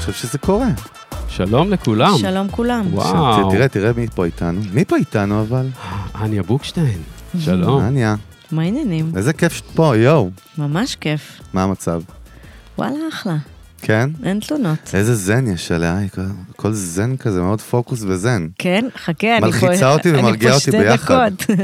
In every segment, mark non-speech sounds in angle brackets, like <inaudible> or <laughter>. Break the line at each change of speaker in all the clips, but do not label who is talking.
חושב שזה קורה.
שלום לכולם.
שלום כולם.
וואו.
ש- תראה, תראה מי פה איתנו. מי פה איתנו אבל?
אניה בוקשטיין. שלום.
אניה,
מה העניינים?
איזה כיף שאת פה, יואו.
ממש כיף.
מה המצב?
וואלה, אחלה.
כן?
אין תלונות.
איזה זן יש עליה, היא כל- כל זן כזה, מאוד פוקוס וזן.
כן, חכה, אני פה...
מלחיצה אותי
אני פה
ומרגיעה אותי
שתי
ביחד.
דקות. <laughs>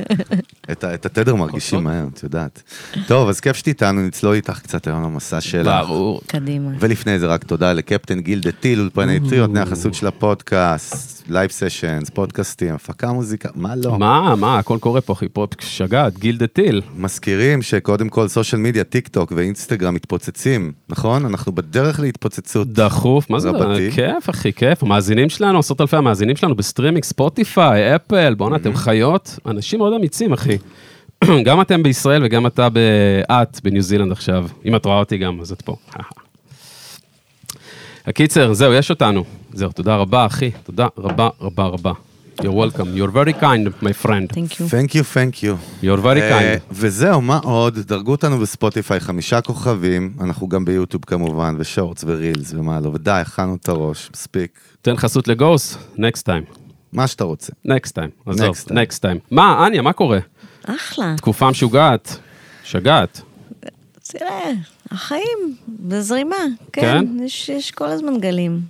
את, ה- את התדר מרגישים מהר, את יודעת. טוב, אז כיף שאת איתנו, נצלול איתך קצת היום למסע שלך.
ברור.
קדימה.
ולפני זה רק תודה לקפטן גיל דה טיל, אולפני טריו, נותני החסות של הפודקאסט, לייב סשנס, פודקאסטים, הפקה מוזיקה, מה לא?
מה, מה, הכל קורה פה, חיפות שגעת, גילדה טיל.
מזכירים שקודם כל סושיאל מדיה, טיק טוק ואינסטגרם מתפוצצים, נכון? אנחנו בדרך להתפוצצות.
דחוף, מה זה?
רבתי.
כיף, אחי, כיף. המאזינים שלנו, עשרות אלפי המאזינים שלנו בסטרימינג, ספוטיפיי, אפל, בואנה, אתם חיות. אנשים מאוד אמיצים, אחי. <clears throat> גם אתם בישראל וגם אתה ב... את בניו זילנד עכשיו. אם את רואה אותי גם, אז את פה. <laughs> הקיצר, זהו, יש אותנו. זהו, תודה רבה, אחי. תודה רבה, רבה, רבה. You're welcome. You're very kind, my friend.
Thank you.
Thank you, thank you.
You're very
אה,
kind.
וזהו, מה עוד? דרגו אותנו בספוטיפיי חמישה כוכבים, אנחנו גם ביוטיוב כמובן, ושורטס ורילס ומה לא, ודי, הכנו את הראש, מספיק,
תן חסות לגוס, next time.
מה שאתה רוצה.
next time. עזוב,
Next time.
next time. מה, אניה, מה קורה?
אחלה.
תקופה משוגעת. שגעת.
תראה, החיים, בזרימה. כן,
כן?
יש- יש כל הזמן גלים.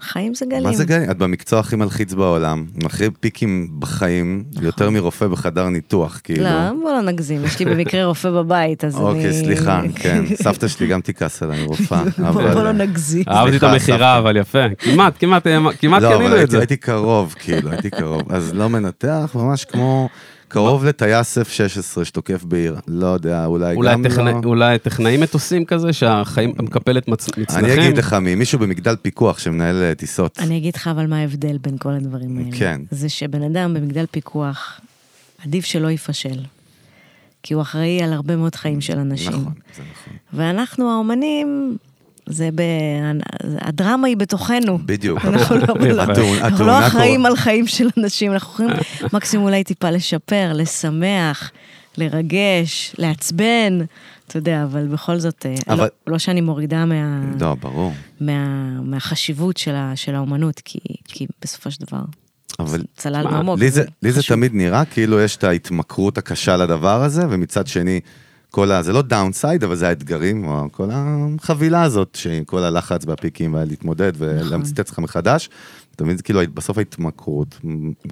חיים זה גלים.
מה זה גלים? את במקצוע הכי מלחיץ בעולם, עם הכי פיקים בחיים, יותר מרופא בחדר ניתוח, כאילו.
נכון. לא, בוא לא נגזים, יש לי במקרה רופא בבית, אז אני...
אוקיי, סליחה, כן, סבתא שלי גם תכעס עליי, רופאה, אבל...
<laughs> בוא לא נגזים.
אהבתי את
סליחה,
המכירה,
סבתא.
אבל יפה. כמעט, כמעט, אה, כמעט
לא, אבל
קנינו את
הייתי,
זה.
הייתי קרוב, כאילו, הייתי קרוב. אז לא מנתח, ממש כמו קרוב לטייס F-16 שתוקף בעיר. לא יודע, אולי,
אולי
גם
טכנא-
לא.
אולי טכנאי מטוסים כזה, שהחיים המקפלת מצ- מצנחים.
אני אגיד לך מי, מישהו במגדל פיקוח שמנהל אה, טיסות.
אני אגיד לך אבל מה ההבדל בין כל הדברים האלה.
כן.
זה שבן אדם במגדל פיקוח, עדיף שלא ייפשל. כי הוא אחראי על הרבה מאוד חיים של אנשים.
נכון, זה נכון.
ואנחנו האומנים, זה ב... הדרמה היא בתוכנו.
בדיוק.
אנחנו
<laughs>
<laughs> התאונה-
לא- אנחנו לא
התאונה
אחראים
קורה.
על חיים של אנשים, אנחנו יכולים מקסימום אולי טיפה לשפר, לשמח, לרגש, לעצבן, אתה יודע, אבל בכל זאת, אה,
אבל-
לא- לא שאני מורידה מה...
לא, ברור.
מה, מהחשיבות של, ה, של האומנות, כי, כי בסופו של דבר
אבל
צללנו
תשמע,
עמוק.
לי זה, לי זה
חשוב.
תמיד נראה כאילו יש את ההתמכרות הקשה לדבר הזה, ומצד שני, כל ה... זה לא דאונסייד, אבל זה האתגרים, או כל החבילה הזאת, שעם כל הלחץ והפיקים, ולהתמודד
נכון.
ולהמציא את עצמך מחדש. אתה מבין, זה כאילו בסוף ההתמכרות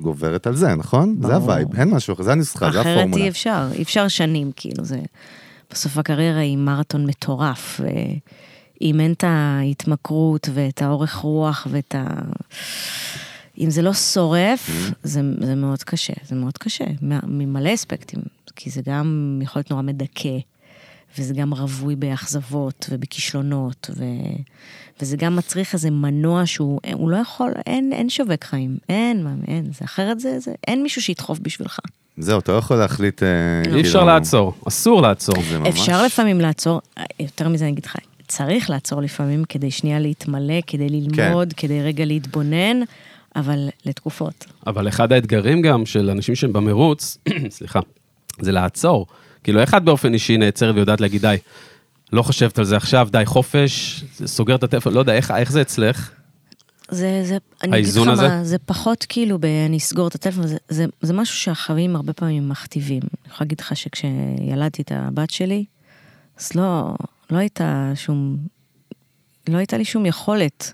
גוברת על זה, נכון? זה
ברור.
הווייב, אין משהו אחר, זה הנוסחה, זה
אחרת
הפורמולה.
אי אפשר, אי אפשר שנים, כאילו, זה... בסוף הקריירה היא מרתון מטורף. ו... אם אין את ההתמכרות ואת האורך רוח ואת ה... אם זה לא שורף,
Mm-hmm.
זה, זה מאוד קשה, זה מאוד קשה, מה- ממלא אספקטים, כי זה גם יכול להיות נורא מדכא, וזה גם רווי באכזבות ובכישלונות, ו, וזה גם מצריך איזה מנוע שהוא, הוא לא יכול, אין, אין שווק חיים, אין, מה, אין, זה אחרת זה, זה, אין מישהו שידחוף בשבילך.
זהו, אתה לא יכול להחליט... אה,
אי אפשר
כאילו,
לעצור, אסור לעצור.
זה ממש-
לא. אפשר לפעמים לעצור, יותר מזה אני אגיד לך, צריך לעצור לפעמים כדי שנייה להתמלא, כדי ללמוד, כדי רגע להתבונן, אבל לתקופות.
אבל אחד האתגרים גם של אנשים שהם במרוץ, <clears throat> סליחה, זה לעצור. כאילו, איך את באופן אישי נעצרת ויודעת להגיד, די, לא חושבת על זה עכשיו, די, חופש, סוגר את הטלפון, לא יודע, איך- איך זה אצלך? <laughs>
זה, זה, אני אגיד לך
האיזון הזה?
מה, זה פחות כאילו ב... אני אסגור את הטלפון, זה, זה, זה משהו שהחיים הרבה פעמים מכתיבים. אני יכולה להגיד לך שכשילדתי את הבת שלי, אז לא, לא הייתה שום, לא הייתה לי שום יכולת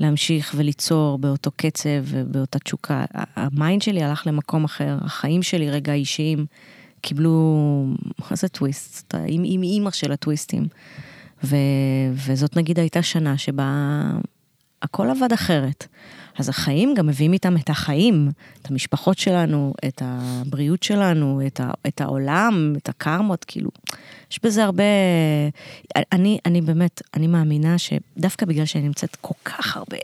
להמשיך וליצור באותו קצב ובאותה תשוקה. ה- המיינד שלי הלך למקום אחר, החיים שלי רגע אישיים קיבלו, מה זה טוויסט? אתה עם, עם אימא של הטוויסטים. ו, וזאת נגיד הייתה שנה שבה הכל עבד אחרת. אז החיים גם מביאים איתם את החיים, את המשפחות שלנו, את הבריאות שלנו, את, ה, את העולם, את הקרמות, כאילו, יש בזה הרבה... אני, אני באמת, אני מאמינה שדווקא בגלל שאני נמצאת כל כך הרבה,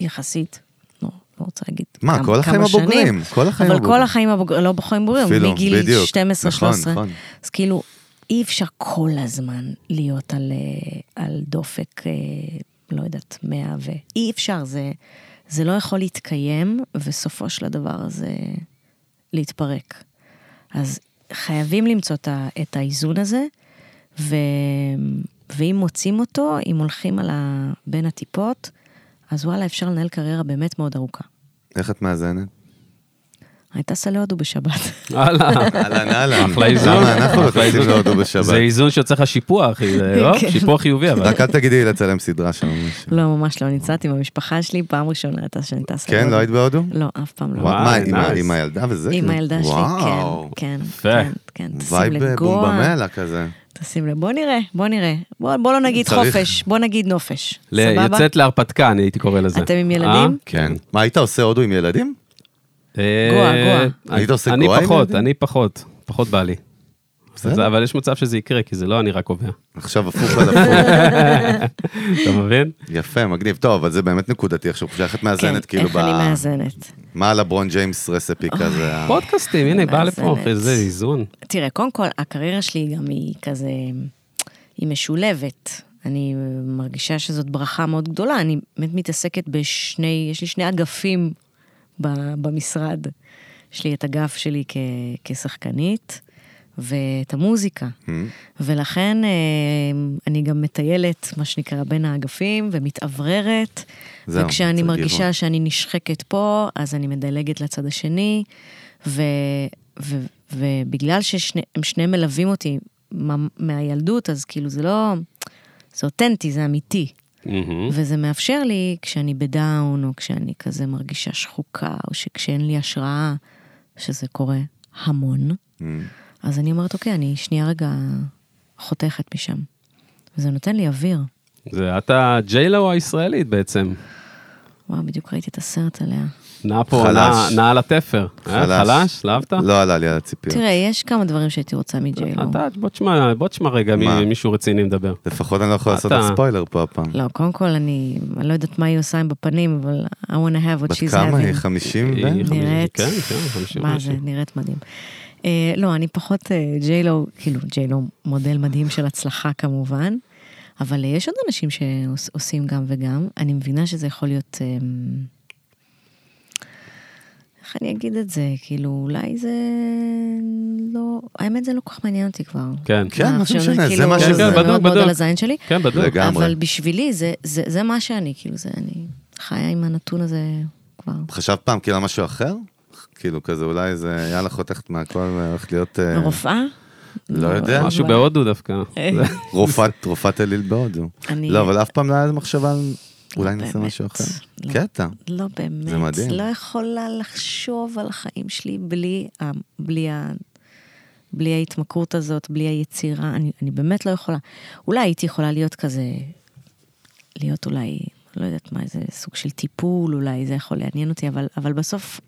יחסית, לא, לא רוצה להגיד
מה,
כמה-
כל החיים
כמה שנים,
הבוגרים, כל החיים
אבל
הבוגרים.
כל החיים הבוגרים, לא בחיים בוגרים,
אפילו,
מגיל
בדיוק.
12-13.
נכון, נכון.
אז כאילו, אי אפשר כל הזמן להיות על, אה, על דופק, אה, לא יודעת, 100 ו... אי אפשר, זה, זה לא יכול להתקיים, וסופו של הדבר הזה להתפרק. אז חייבים למצוא את ה- את האיזון הזה, ו... ואם מוצאים אותו, אם הולכים על ה... בין הטיפות, אז וואלה, אפשר לנהל קריירה באמת מאוד ארוכה.
איך את מאזנת?
הייתה סע להודו בשבת. <laughs>
הלאה.
אהלן, אהלן.
אחלה איזון.
למה אנחנו לא
אחלה
טסים
איזון.
להודו
זה
בשבת?
איזון שיוצא לך שיפוע, אחי, זה לא?
כן.
שיפוע חיובי, אבל.
רק אל תגידי לי לצלם סדרה שם. או משהו.
לא, ממש לא, נצאתי עם המשפחה שלי, פעם ראשונה הייתה שאני טסה
כן, לא היית בהודו?
לא, אף פעם לא.
וואו, מה, עם ה-
nice.
עם הילדה וזה?
עם
כאילו?
הילדה שלי,
וואו.
כן,
יפה.
כן, כן, כן, טסים
וייב
לגואה,
בומבמלה כזה.
טסים ל... בוא נראה, בוא נראה. בוא בוא לא נגיד
צריך.
חופש, בוא נגיד נופש.
ל-
סבבה?
יוצאת להרפתקה, אני הייתי קורא לזה.
אתם עם
אה?
ילדים?
כן. מה, היית עושה הודו עם ילדים?
אה,
גואה, גואה.
היית עושה
אני
גואה עם
פחות,
ילדים?
אני פחות, פחות בא לי.
בסדר.
זה- אבל יש מצב שזה יקרה, כי זה לא אני רק קובע.
עכשיו הפוך על
<laughs>
הפוך.
אתה מבין?
יפה, מגניב. טוב, אבל זה באמת נקודתי עכשיו, איך את מאזנת
כן,
כאילו
איך
ב...
אני מאזנת. אה,
מה לברון ג'יימס רספי כזה? ה-
פודקאסטים, הנה, בא
מאזנת.
לפה, אחי, זה איזון.
תראה, קודם כל, הקריירה שלי גם היא כזה, היא משולבת. אני מרגישה שזאת ברכה מאוד גדולה. אני באמת מתעסקת בשני, יש לי שני אגפים ב- במשרד. יש לי את אגף שלי כ, כשחקנית, ואת המוזיקה. ולכן אה, אני גם מטיילת, מה שנקרא, בין האגפים, ומתאווררת.
זהו,
וכשאני
צריך
מרגישה
גיוון.
שאני נשחקת פה, אז אני מדלגת לצד השני, ו, ו, ובגלל שהם שניהם מלווים אותי מה- מהילדות, אז כאילו זה לא... זה אותנטי, זה אמיתי.
מהמם.
וזה מאפשר לי, כשאני בדאון, או כשאני כזה מרגישה שחוקה, או שכשאין לי השראה, שזה קורה המון, אז אני אומרת, אוקיי, אני שנייה רגע חותכת משם. וזה נותן לי אוויר.
זה את הג'יילו הישראלית בעצם.
וואו, בדיוק ראיתי את הסרט עליה.
נעה פה,
חלש.
נעה- נעה על התפר. אה,
חלש.
חלש? לא אהבת?
לא עלה לי על הציפיות.
תראה, יש כמה דברים שהייתי רוצה מג'יילו.
אתה, בוא תשמע, בוא תשמע רגע
מה?
מי- מישהו רציני מדבר.
לפחות אני לא יכול לעשות
אתה-
לך ספוילר פה הפעם.
לא, קודם כל, אני אני לא יודעת מה היא עושה עם בפנים, אבל I want to have what
בת
she's
כמה היא?
having.
50 ו...
היא חמישים-
נראית-
כן, כן, חמישים
מה זה,
ומשהו.
נראית מדהים. אה, לא, אני פחות אה, ג'יילו, כאילו ג'יילו מודל מדהים של הצלחה כמובן, אבל אה, יש עוד אנשים שעושים גם וגם. אני מבינה שזה יכול להיות... אה, איך אני אגיד את זה? כאילו, אולי זה לא... האמת, זה לא כל כך מעניין אותי כבר.
כן.
כן, מה
עכשיו,
שמשנה, זה
כאילו,
מה
שזה.
זה
כן,
מאוד
בדוק,
מאוד
בדוק.
על הזין שלי.
כן, בדיוק.
רגע. לגמרי.
אבל בשבילי זה, זה, זה מה שאני, כאילו, זה אני חיה עם הנתון הזה כבר.
חשבת פעם כאילו על משהו אחר? כאילו כזה אולי זה יאללה חותכת מהכל והולכת להיות אה,
רופאה?
לא אה. יודע.
משהו
אבל-
בהודו דווקא.
רופאת רופאת אליל בהודו.
אני-
לא, אבל אף פעם לא היה מחשבה על אולי
לא
נעשה
באמת.
משהו אחר.
לא.
קטע.
לא באמת.
זה מדהים.
לא יכולה לחשוב על החיים שלי בלי, ה- בלי, ה- בלי ההתמכרות הזאת, בלי היצירה. אני, אני באמת לא יכולה. אולי הייתי יכולה להיות כזה, להיות אולי, לא יודעת מה, איזה סוג של טיפול, אולי זה יכול לעניין אותי, אבל, אבל בסוף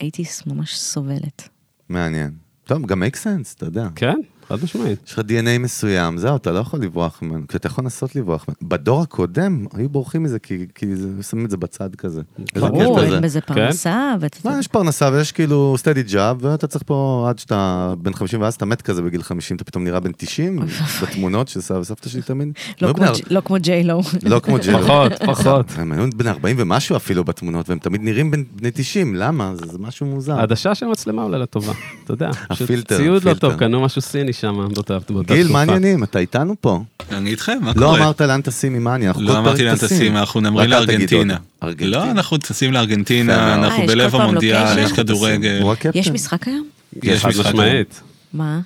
הייתי ממש סובלת.
מעניין. טוב, גם make sense, אתה יודע.
כן, חד משמעית.
יש לך דנ"א מסוים, זהו, אתה לא יכול לברוח ממנו, כי אתה יכול לנסות לברוח ממנו. בדור הקודם היו בורחים מזה, כי, כי זה- שמים את זה בצד כזה. איזה
ברור,
קטע
אין
זה.
בזה פרנסה, ואתה...
לא, יש פרנסה ויש כאילו סטדי ג'אב, ואתה צריך פה עד שאתה בן 50 ואז אתה מת כזה בגיל 50, אתה פתאום נראה בן 90, בתמונות של סבא וסבתא שלי תמיד.
לא
הם היו
כמו
בני אר-
ג'- לא כמו ג'יילו.
לא כמו ג'ל.
פחות, פחות.
הם היו בני 40 ומשהו אפילו בתמונות, והם תמיד נראים בן- בני 90, למה? זה זה משהו מוזר.
העדשה של מצלמה עולה לטובה, אתה
<laughs>
יודע. פשוט
אה. הפילטר,
ציוד לא
הפילטר.
טוב, קנו משהו סיני שם באותה באותה תקופה.
גיל, מה העניינים? אתה איתנו פה?
אני איתכם, מה
לא
קורה?
אמרת לאן טסים עם מאניה, אנחנו כל
לא
פרק
אמרתי לאן טסים, אנחנו נמרים
רק אתה תגיד
לארגנטינה.
עוד.
לא,
ארגנטינה.
אנחנו טסים
יפה
לארגנטינה,
מאוד.
אנחנו
אה, יש כל
בלב
פעם
המונדיאל,
לוקיישן?
יש כדורגל,
הוא הקפטן.
יש משחק היום?
יש
חד
משחק.
משמעית.
מה?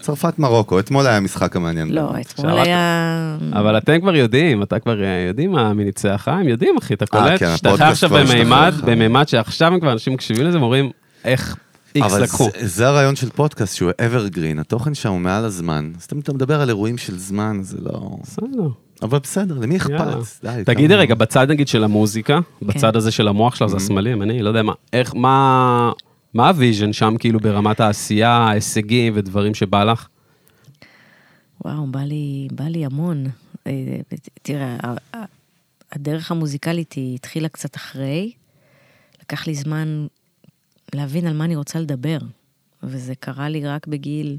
צרפת מרוקו, אתמול היה המשחק המעניין.
לא, אתמול
שמעת?
היה...
אבל אתם כבר יודעים, אתה כבר אה, יודעים מה מי ניצח, אה? הם יודעים אחי, אתה קולט,
כן,
שאתה
הפודקאסט
עכשיו
כבר השתחרר
במימד,
לך.
במימד שעכשיו הם כבר אנשים מקשיבים לזה ואומרים, איך איקס
אבל
לקחו.
זה, זה הרעיון של פודקאסט שהוא evergreen, התוכן שם הוא מעל הזמן. סתם אתה מדבר על אירועים של זמן, זה לא...
בסדר,
אבל בסדר, למי
יאללה.
אכפת? די,
תגידי
כמה- Mm-hmm.
רגע, בצד נגיד של המוזיקה, בצד הזה של המוח שלה, זה הסמלים, אני לא יודע מה, איך, מה, מה הוויז'ן שם כאילו ברמת העשייה, ההישגים ודברים שבא לך?
וואו, בא לי, בא לי המון. אה, ת- תראה, ה- ה- הדרך המוזיקלית היא התחילה קצת אחרי. לקח לי זמן להבין על מה אני רוצה לדבר, וזה קרה לי רק בגיל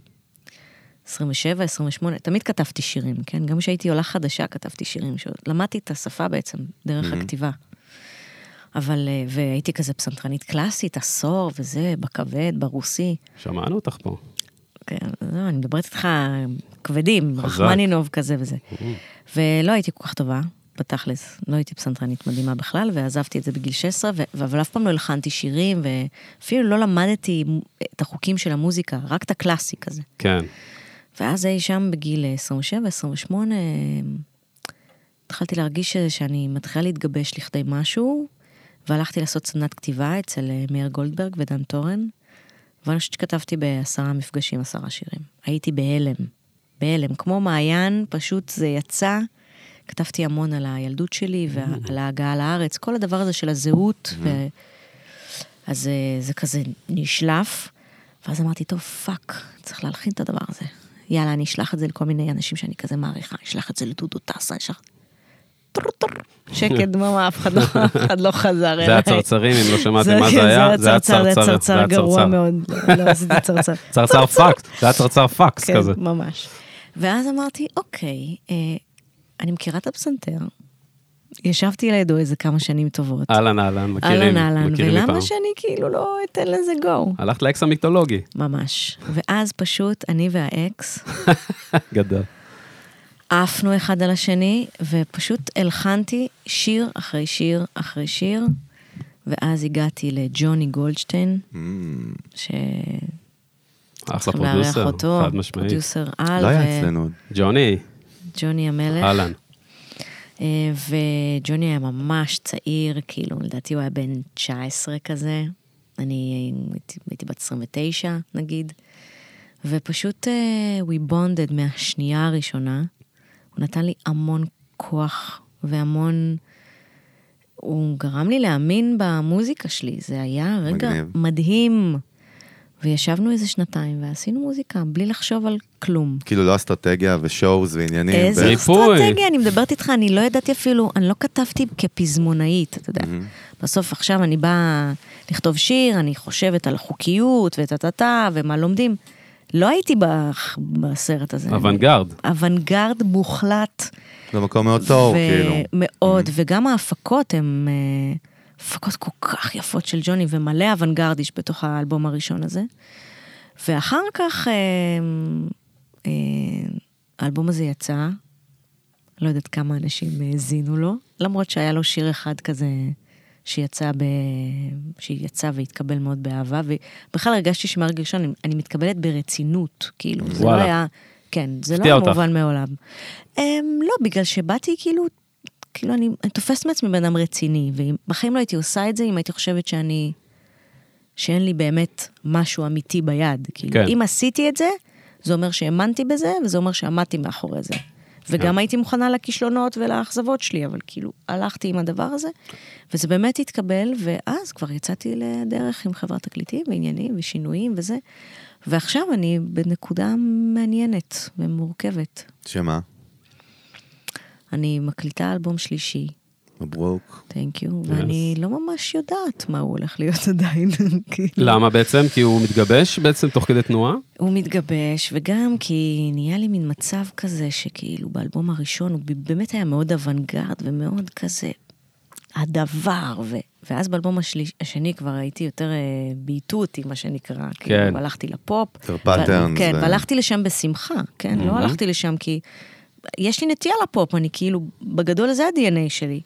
27, 28. תמיד כתבתי שירים, כן? גם כשהייתי עולה חדשה כתבתי שירים. שעוד- למדתי את השפה בעצם, דרך הכתיבה. אבל, אה, והייתי כזה פסנתרנית קלאסית, עשור וזה, בכבד, ברוסי.
שמענו אותך פה.
כן, לא, אני מדברת איתך כבדים,
חזק.
רחמנינוב כזה וזה. ולא הייתי כל כך טובה, בתכלס, לא הייתי פסנתרנית מדהימה בכלל, ועזבתי את זה בגיל 16, ו- אבל אף פעם לא הלחנתי שירים, ואפילו לא למדתי את החוקים של המוזיקה, רק את הקלאסי כזה.
כן.
ואז אי שם בגיל 27, 28, התחלתי להרגיש ש- שאני מתחילה להתגבש לכדי משהו, והלכתי לעשות סדנת כתיבה אצל אה, מאיר גולדברג ודן תורן, ואני חושבת שכתבתי בעשרה מפגשים עשרה שירים. הייתי בהלם, בהלם, כמו מעיין, פשוט זה יצא. כתבתי המון על הילדות שלי ועל ההגעה לארץ, כל הדבר הזה של הזהות. ו... אז אה, זה כזה נשלף, ואז אמרתי, טוב, פאק, צריך להלחין את הדבר הזה. יאללה, אני אשלח את זה לכל מיני אנשים שאני כזה מעריכה, אני אשלח את זה לדודו טסה, אני אשלח... טור, טור. שקט
<laughs>
דממה, אף אחד לא- אף אחד לא חזר אליי.
זה הצרצרים, אם לא שמעתם מה
כן,
זה היה,
זה הצרצר, זה
הצרצר,
הצרצר גרוע מאוד. לא, לא, זה צרצר.
<laughs> צרצר פקס, זה היה צרצר פקס
כן,
כזה.
ממש. ואז אמרתי, אוקיי, אה, אני מכירה את הפסנתר, ישבתי לידו איזה כמה שנים טובות.
אהלן אהלן, אה, מכירים,
אהלן אהלן,
מכירים אה.
ולמה
מפעם.
שאני כאילו לא אתן לזה גו?
הלכת לאקס
<laughs>
המיתולוגי,
ממש. ואז פשוט אני והאקס
גדל.
עפנו אחד על השני, ופשוט הלחנתי שיר אחרי שיר אחרי שיר, ואז הגעתי לג'וני גולדשטיין,
Mm.
שצריכים
אחלה
לארח
פרודוסר,
אותו,
חד משמעית.
פרודוסר על,
לא היה אצלנו עוד.
ג'וני,
וג'וני המלך.
אהלן.
אה, וג'וני היה ממש צעיר, כאילו, לדעתי הוא היה בן 19 כזה. אני הייתי, הייתי בת 29, נגיד. ופשוט אה, we bonded מהשנייה הראשונה. הוא נתן לי המון כוח והמון... הוא גרם לי להאמין במוזיקה שלי, זה היה רגע
מגניב.
מדהים. וישבנו איזה שנתיים ועשינו מוזיקה בלי לחשוב על כלום.
כאילו לא אסטרטגיה ושואוז ועניינים.
איזה
ו-
ריפוי.
אסטרטגיה, אני מדברת איתך, אני לא ידעתי אפילו, אני לא כתבתי כפזמונאית, אתה יודע. בסוף עכשיו אני באה לכתוב שיר, אני חושבת על החוקיות וטה-טה-טה ומה לומדים. לא הייתי בח- בסרט הזה.
אוונגרד.
אוונגרד מוחלט.
זה לא, מקום מאוד טוב, כאילו.
מאוד, וגם ההפקות הן אה, הפקות כל כך יפות של ג'וני, ומלא אוונגרדיש בתוך האלבום הראשון הזה. ואחר כך אה, אה, האלבום הזה יצא, לא יודעת כמה אנשים האזינו לו, למרות שהיה לו שיר אחד כזה שיצא, ב... שיצא והתקבל מאוד באהבה, ובכלל הרגשתי שמהרגע ראשון אני, אני מתקבלת ברצינות, כאילו, זה לא
וואלה.
היה... כן, זה לא
הפתיע
היה
אותך.
מובן מעולם. Um, לא, בגלל שבאתי כאילו, כאילו אני, אני תופסת מעצמי בן אדם רציני, ובחיים לא הייתי עושה את זה אם הייתי חושבת שאני, שאין לי באמת משהו אמיתי ביד. כאילו,
כן.
כן. אם עשיתי את זה, זה אומר שהאמנתי בזה, וזה אומר שעמדתי מאחורי זה.
כן.
וגם הייתי מוכנה לכישלונות ולאכזבות שלי, אבל כאילו, הלכתי עם הדבר הזה, וזה באמת התקבל, ואז כבר יצאתי לדרך עם חברת תקליטים ועניינים ושינויים וזה, ועכשיו אני בנקודה מעניינת ומורכבת.
שמה?
אני מקליטה אלבום שלישי,
מברוק.
Thank you, ואני לא ממש יודעת מה הוא הולך להיות <laughs> עדיין. כאילו.
לא.
למה בעצם? כי הוא מתגבש בעצם תוך כדי תנועה?
הוא מתגבש, וגם כי נהיה לי מין מצב כזה שכאילו באלבום הראשון הוא ב- באמת היה מאוד אוונגרד ומאוד כזה הדבר, ו... ואז באלבום השליש... השני כבר הייתי יותר אה, בייתו אותי, מה שנקרא. כן. כאילו, הלכתי לפופ.
יותר patterns,
ו... כן,
ו- Mm-hmm.
והלכתי לשם בשמחה, כן? לא הלכתי לשם כי יש לי נטייה לפופ, אני כאילו, בגדול זה ה-DNA שלי.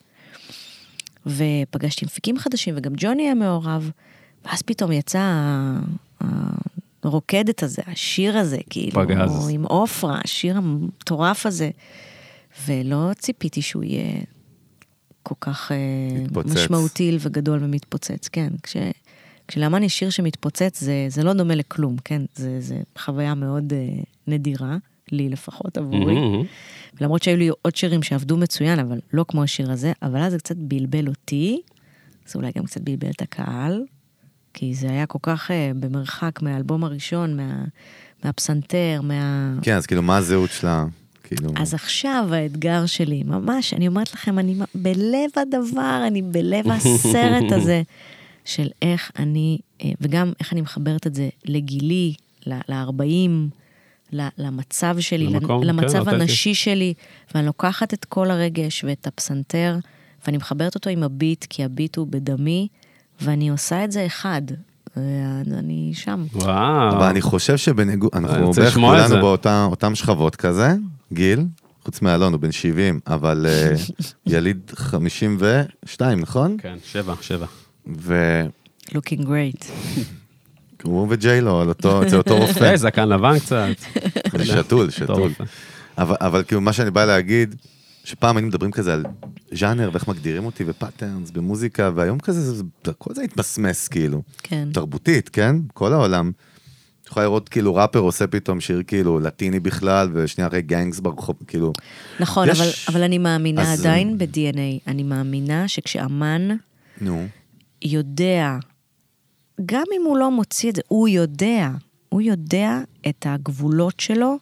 ופגשתי מפיקים חדשים, וגם ג'וני היה מעורב, ואז פתאום יצא ה- הרוקדת הזה, השיר הזה, כאילו,
פגז.
או עם עופרה, השיר המטורף הזה, ולא ציפיתי שהוא יהיה כל כך אה,
מתפוצץ.
משמעותי וגדול ומתפוצץ, כן. כש, כשלאמן יש שיר שמתפוצץ, זה, זה לא דומה לכלום, כן? זה, זה חוויה מאוד אה, נדירה, לי לפחות, עבורי.
מהמם.
למרות שהיו לי עוד שירים שעבדו מצוין, אבל לא כמו השיר הזה, אבל אז זה קצת בלבל אותי, זה אולי גם קצת בלבל את הקהל, כי זה היה כל כך אה, במרחק מהאלבום הראשון, מה, מהפסנתר, מה...
כן, אז כאילו, מה הזהות שלה? כאילו,
אז עכשיו האתגר שלי, ממש, אני אומרת לכם, אני מ- בלב הדבר, אני בלב
<laughs>
הסרט הזה של איך אני, אה, וגם איך אני מחברת את זה לגילי, ל-40, למצב שלי, לנ-
למקום, כן,
למצב
אותנטי.
הנשי שלי, ואני לוקחת את כל הרגש ואת הפסנתר, ואני מחברת אותו עם הביט, כי הביט הוא בדמי, ואני עושה את זה אחד. ואני שם.
וואו.
אבל אני חושב שבניגוד,
אני
אנחנו
רוצה
בערך
לשמוע את
כולנו
זה.
באותן שכבות כזה, גיל, חוץ מאלון, הוא בן 70, אבל אה, יליד 52, נכון?
כן, שבע, שבע.
והוא
looking great.
וג'יילו על אותו, אצל אותו רופא,
<laughs> אה, זקן לבן קצת.
זה שתול, שתול.
טוב.
אבל, אבל כאילו, מה שאני בא להגיד, שפעם היינו מדברים כזה על ז'אנר ואיך מגדירים אותי ופאטרנס במוזיקה, והיום כזה, זה- זה- הכל זה התמסמס כאילו.
כן.
תרבותית, כן? כל העולם. את יכולה לראות כאילו ראפר עושה פתאום שיר כאילו לטיני בכלל, ושנייה אחרי גנגס ברחוב, כאילו...
נכון,
יש-
אבל, אבל אני מאמינה
אז,
עדיין ב-DNA. אני מאמינה שכשאמן
נו.
יודע, גם אם הוא לא מוציא את זה, הוא יודע, הוא יודע את הגבולות שלו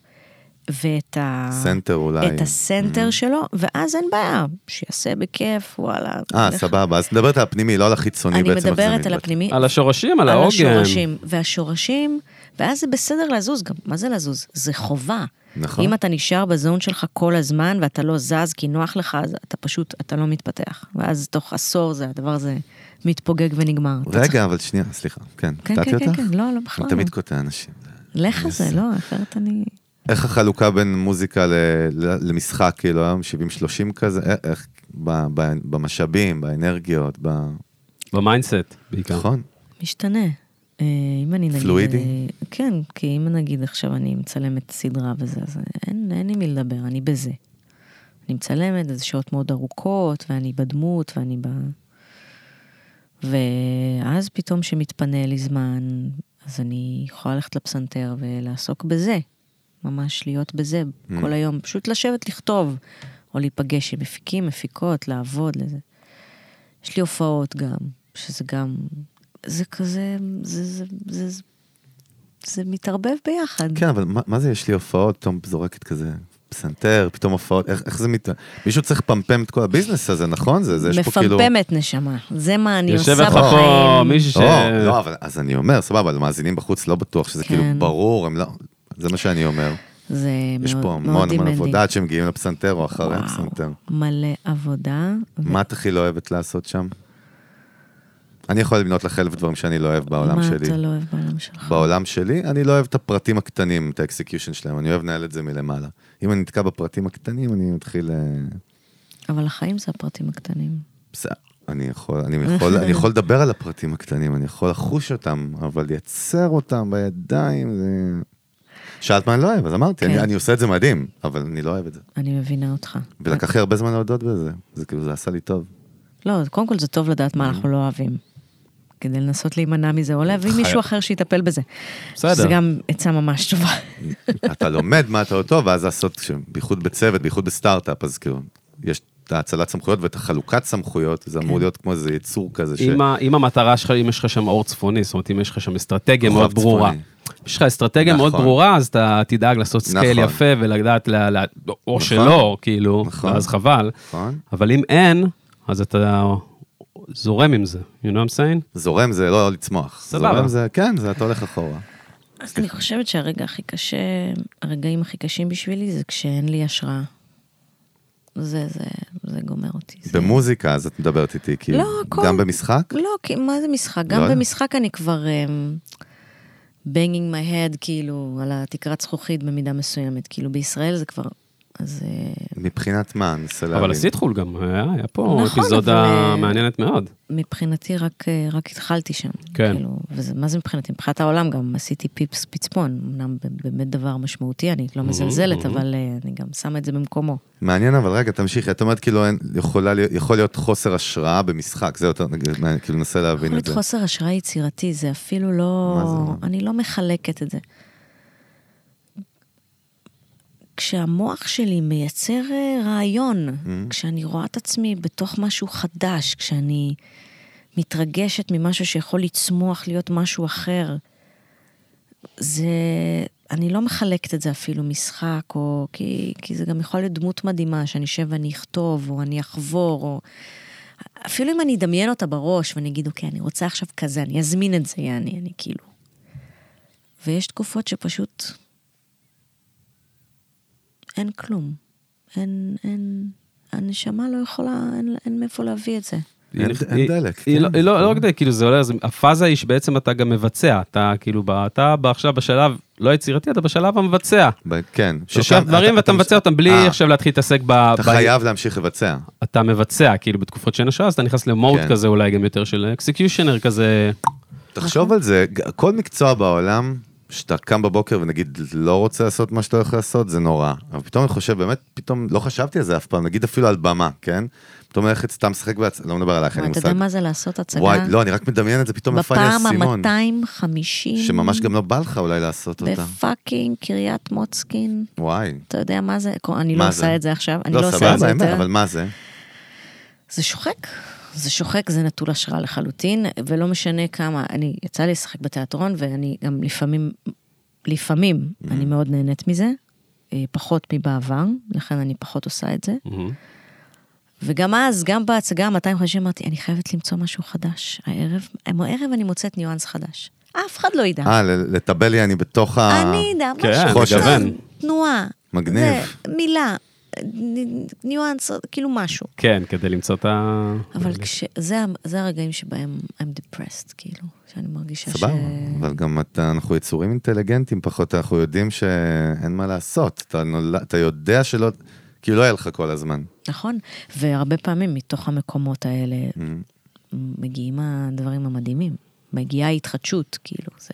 ואת ה...
סנטר Mm-hmm. אולי.
את הסנטר שלו, ואז אין בעיה, שיעשה בכיף, וואלה.
אה,
לך.
סבבה, אז את מדברת על הפנימי, לא על החיצוני
אני
בעצם. איך זה
מדברת
מתבטא.
על הפנימי,
על השורשים, על
על
העוגן.
השורשים, והשורשים, ואז זה בסדר לזוז, גם מה זה לזוז? זה חובה.
נכון.
אם אתה נשאר בזון שלך כל הזמן ואתה לא זז כי נוח לך, אז אתה פשוט, אתה לא מתפתח. ואז תוך עשור זה, הדבר הזה מתפוגג ונגמר. אתה צריך-
רגע, אבל שנייה, סליחה. כן,
כן,
קטעתי
כן, כן,
אותך?
כן, לא, לא,
אני
בכלל לא.
תמיד קוטע אנשים.
לך זה, לא, אחרת אני...
איך החלוקה בין מוזיקה ל- ל- למשחק, כאילו, היום 70-30 כזה, א- איך, ב- ב- במשאבים, באנרגיות, ב...
במיינדסט, בעיקר.
נכון?
משתנה. אה, אם אני נגיד...
פלואידי?
אה, כן, כי אם נגיד עכשיו אני מצלמת סדרה וזה, אז אין, אין עם מי לדבר, אני בזה. אני מצלמת, זה שעות מאוד ארוכות, ואני בדמות, ואני ב... ואז פתאום שמתפנה לי זמן, אז אני יכולה ללכת לפסנתר ולעסוק בזה. ממש להיות בזה
Mm.
כל היום, פשוט לשבת לכתוב, או להיפגש עם מפיקים, מפיקות, לעבוד לזה. יש לי הופעות גם, שזה גם, זה כזה, זה, זה, זה, זה, זה מתערבב ביחד.
כן, אבל מה, מה זה יש לי הופעות, פתאום זורקת כזה פסנתר, פתאום הופעות, איך, איך זה מת... מישהו צריך לפמפם את כל הביזנס הזה, נכון? זה, זה יש פה כאילו...
מפמפמת נשמה, זה מה אני עושה
יושב
בחיים.
לך פה מישהו ש...
או, לא, אבל אז אני אומר, סבבה, למאזינים בחוץ לא בטוח שזה
כן.
כאילו ברור, הם לא... זה מה שאני אומר.
זה מאוד,
יש פה
מאוד
המון המון
demanding.
עבודה עד שהם מגיעים לפסנתר או אחרי
וואו,
הפסנתר.
מלא עבודה. ו-
מה את הכי לא אוהבת לעשות שם? אני יכול למנות לך אלף דברים שאני לא אוהב בעולם
מה
שלי.
אתה לא אוהב בעולם שלך?
בעולם שלי, אני לא אוהב את הפרטים הקטנים, את האקסקיושן שלהם, אני אוהב לנהל את זה מלמעלה. אם אני נתקע בפרטים הקטנים, אני מתחיל... אה,
אבל החיים זה הפרטים הקטנים.
בסדר, אני יכול, אני יכול, אני יכול לדבר על הפרטים הקטנים, אני יכול לחוש אותם, אבל לייצר אותם בידיים, זה... שאלת מה אני לא אוהב, אז אמרתי,
כן.
אני, אני עושה את זה מדהים, אבל אני לא אוהב את זה.
אני מבינה אותך.
ולקח
אוקיי.
לי הרבה זמן להודות בזה, זה כאילו, זה עשה לי טוב.
לא, אז קודם כל זה טוב לדעת
Mm.
מה אנחנו לא אוהבים. כדי לנסות להימנע מזה, או להביא מישהו אחר שיטפל בזה.
בסדר.
שזה גם עצה ממש
<laughs>
טובה.
אתה לומד מה אתה אותו, ואז לעשות, כש- בייחוד בצוות, בייחוד בסטארט-אפ, אז כאילו, יש את האצלת סמכויות ואת החלוקת סמכויות, זה
כן.
אמור להיות כמו איזה יצור כזה, ש...
אם ה- אם המטרה שלך, אם יש לך שם אור צפוני, זאת אומרת, אם יש לך שם אסטרטגיה
כוכב
מאוד ברורה.
צפוני.
יש לך אסטרטגיה מאוד
נכון.
ברורה, אז אתה תדאג לעשות סקייל
נכון.
יפה ולדעת, לה- לה- או
נכון.
שלא, כאילו,
נכון.
אז חבל.
נכון?
אבל אם אין, אז אתה זורם עם זה, you know what I'm saying?
זורם זה לא לצמוח.
סבבה.
זורם זה, כן, זה אתה הולך
<laughs>
אחורה.
אני חושבת שהרגע הכי קשה, הרגעים הכי קשים בשבילי זה כשאין לי השראה. זה, זה, זה גומר אותי. זה-
במוזיקה, אז את מדברת איתי, כאילו,
לא, הכל.
גם במשחק?
לא, כי מה זה משחק? גם
לא יודע.
במשחק אני כבר אמ, בנגינג מי הד, כאילו, על התקרת זכוכית במידה מסוימת. כאילו, בישראל זה כבר... אז... אה,
מבחינת מה? אני מנסה להבין.
אבל עשית חו"ל גם, היה היה פה
נכון,
אפיזודה
אבל-
מעניינת מאוד.
מבחינתי רק, אה, רק התחלתי שם.
כן.
כאילו, וזה, מה זה מבחינתי? מבחינת העולם גם עשיתי פיפס פצפון, אמנם ב- באמת דבר משמעותי, אני
אוקיי.
לא מזלזלת, אבל אה, אני גם שמה את זה במקומו.
מעניין, אבל רגע, תמשיכי. את אומרת כאילו אין- יכולה להיות- יכול להיות חוסר השראה במשחק, זה יותר, נגיד, מה- כאילו ננסה
יכול
להבין את
להיות
זה.
חוסר אשראי יצירתי, זה אפילו לא...
מה זה?
אני לא מחלקת את זה. כשהמוח שלי מייצר אה, רעיון,
Mm-hmm.
כשאני רואה את עצמי בתוך משהו חדש, כשאני מתרגשת ממשהו שיכול לצמוח להיות משהו אחר, זה... אני לא מחלקת את זה אפילו משחק, או... כי, כי זה גם יכול להיות דמות מדהימה, שאני אשב ואני אכתוב, או אני אחבור, או... אפילו אם אני אדמיין אותה בראש ואני אגיד, אוקיי, אני רוצה עכשיו כזה, אני אזמין את זה, יעני, אני כאילו. ויש תקופות שפשוט אין כלום. אין, אין, הנשמה לא יכולה, אין, אין מאיפה להביא את זה.
היא-
אין- אין
היא-
דלק,
היא
כן,
לא- היא לא לא רק
נכון.
דלק, כאילו זה עולה, אז הפאזה היא שבעצם אתה גם מבצע, אתה כאילו, ב- אתה ב- עכשיו בשלב לא יצירתי, אתה בשלב המבצע.
ב- כן.
אתה לוקח דברים ואתה מבצע אותם בלי
אה,
עכשיו להתחיל להתעסק ב...
אתה
ב-
חייב להמשיך לבצע.
אתה מבצע, כאילו בתקופות שאין השעה, אז אתה נכנס למוד
כן.
כזה אולי גם יותר של אקסקיושנר כזה.
תחשוב
נכון.
על זה, ג- כל מקצוע בעולם, שאתה קם בבוקר ונגיד לא רוצה לעשות מה שאתה הולך לעשות, זה נורא. אבל פתאום אני חושב, באמת, פתאום לא חשבתי על זה אף פעם, נגיד אפילו על במה, כן? פתאום ללכת סתם לשחק בעצ... לא מדבר עלייך, אין לי
וואי, אתה
מושג.
יודע מה זה לעשות הצגה?
וואי, לא, אני רק מדמיין את זה, פתאום נפל לי
בפעם
האסימון.
ה-250,
שממש גם לא בא לך אולי לעשות אותה.
בפאקינג קריית מוצקין.
וואי.
אתה יודע מה זה? אני
מה
לא
זה?
עושה את זה עכשיו, אני לא עושה את זה
סבבה,
יותר.
האמת, אבל מה זה?
זה שוחק. זה שוחק, זה נטול השראה לחלוטין, ולא משנה כמה, אני, יצא לי לשחק בתיאטרון, ואני גם לפעמים, לפעמים, mm-hmm. אני מאוד נהנית מזה, אה, פחות מבעבר, לכן אני פחות עושה את זה. וגם אז, גם בהצגה ה-250, אמרתי, אני חייבת למצוא משהו חדש. הערב, הערב אני מוצאת ניואנס חדש. אף אחד לא ידע.
אה, ל- לטבל לי אני בתוך ה...
אני אדע,
כן,
משהו
לגוון.
שם, תנועה.
מגניב.
זה, מילה, נ- ניואנס, כאילו משהו.
כן, כדי למצוא את ה...
אבל כש... זה, ה- זה הרגעים שבהם I'm depressed, כאילו, שאני מרגישה
סבבה,
ש...
אבל גם אתה, אנחנו יצורים אינטליגנטים פחות, אנחנו יודעים שאין מה לעשות, אתה, נול... אתה יודע שלא, כאילו לא יהיה לך כל הזמן.
נכון, והרבה פעמים מתוך המקומות האלה
Mm.
מגיעים הדברים המדהימים. מגיעה התחדשות, כאילו, זה...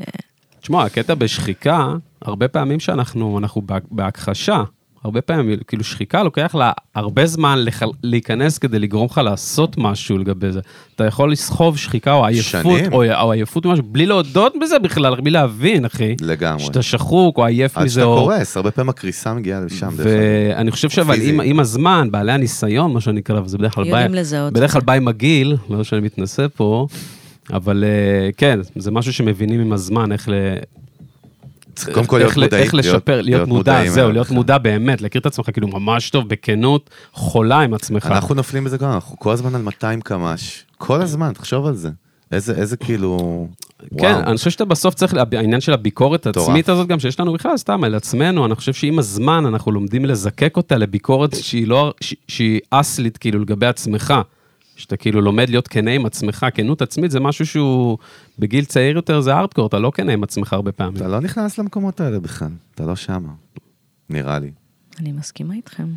תשמע, הקטע בשחיקה, הרבה פעמים שאנחנו אנחנו בה- בהכחשה, הרבה פעמים, כאילו שחיקה לוקח לה הרבה זמן לח... להיכנס כדי לגרום לך לעשות משהו לגבי זה. אתה יכול לסחוב שחיקה או עייפות,
שנים.
או, או עייפות משהו, בלי להודות בזה בכלל, בלי להבין, אחי.
לגמרי.
שאתה שחוק או עייף
עד
מזה,
שאתה
או...
קורס, הרבה פעמים הקריסה מגיעה לשם. דרך אגב.
ואני חושב שאבל
פיזי.
עם, עם הזמן, בעלי הניסיון, מה שנקרא, וזה בדרך כלל בא...
יודעים לזהות.
בדרך כלל בא עם הגיל, לא שאני מתנשא פה, אבל אה, כן, זה משהו שמבינים עם הזמן, איך, ל...
צריך קודם כל להיות
איך, ל-
מודעים.
איך לשפר, להיות, מודע,
מודעים אה, כן.
זהו,
אליו.
להיות מודע באמת, להכיר את עצמך כאילו ממש טוב, בכנות, חולה עם עצמך.
אנחנו נופלים בזה גם, אנחנו כל הזמן על 200 קמ"ש. כל הזמן, תחשוב על זה. איזה, איזה כאילו...
כן,
וואו.
אני חושב שאתה בסוף צריך, לה- העניין של הביקורת
מטורף.
העצמית הזאת גם שיש לנו בכלל, סתם על עצמנו, אני חושב שעם הזמן אנחנו לומדים לזקק אותה לביקורת שהיא לא, ש- שהיא אסלית כאילו לגבי עצמך. שאתה כאילו לומד להיות כנה עם עצמך, כנות עצמית זה משהו שהוא בגיל צעיר יותר זה הארדקור, אתה לא כנה עם עצמך הרבה פעמים.
אתה לא נכנס למקומות האלה בכלל, אתה לא שמה, נראה לי.
אני מסכימה איתכם.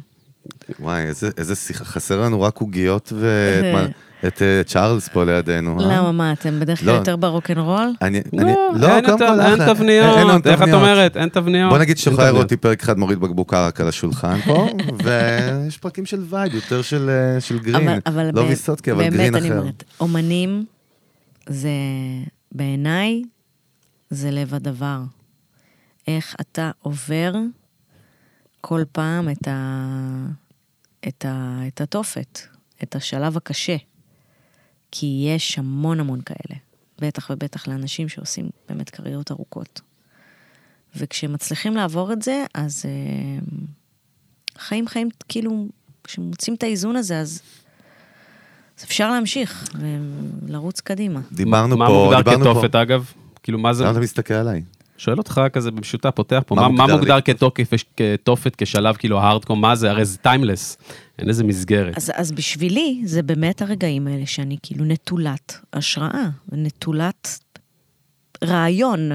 וואי, איזה, איזה שיחה, חסר לנו רק עוגיות ואת
<laughs>
מה- את, אה, צ'ארלס פה לידינו. אה?
למה, מה, אתם בדרך כלל
לא.
יותר ברוקנרול?
אני, אני,
לא,
לא,
אין
קודם
את- אין
כל אחלה. אין לנו
תבניות, איך את
תבניות.
אומרת? אין תבניות.
בוא נגיד שאתה
אין
יכול לראות
תבניות.
אותי פרק אחד מוריד בקבוק ערק על השולחן פה, <laughs> ויש פרקים של וייב, יותר של, אה, של גרין. לא
באמת-
ויסוצקי, אבל גרין
באמת אני
אחר.
אומרת, אומנים, זה בעיניי, זה לב הדבר. איך אתה עובר כל פעם את, ה, את, ה, את התופת, את השלב הקשה. כי יש המון המון כאלה, בטח ובטח לאנשים שעושים באמת קריירות ארוכות. וכשמצליחים לעבור את זה, אז אה, חיים חיים, כאילו, כשמוצאים את האיזון הזה, אז אז אפשר להמשיך ולרוץ קדימה.
דיברנו
מה
פה,
מוגדר
דיברנו פה. לא,
כתופת אגב? כאילו מה זה?
למה אתה מסתכל עליי?
שואל אותך כזה במשותף, פותח פה,
מה
מה, מה
מוגדר
מוגדר
לי?
כתוקף, כתופת, כשלב כאילו הארדקום, מה זה? הרי זה טיימלס, אין איזה מסגרת.
אז, אז בשבילי, זה באמת הרגעים האלה שאני כאילו נטולת השראה, נטולת רעיון.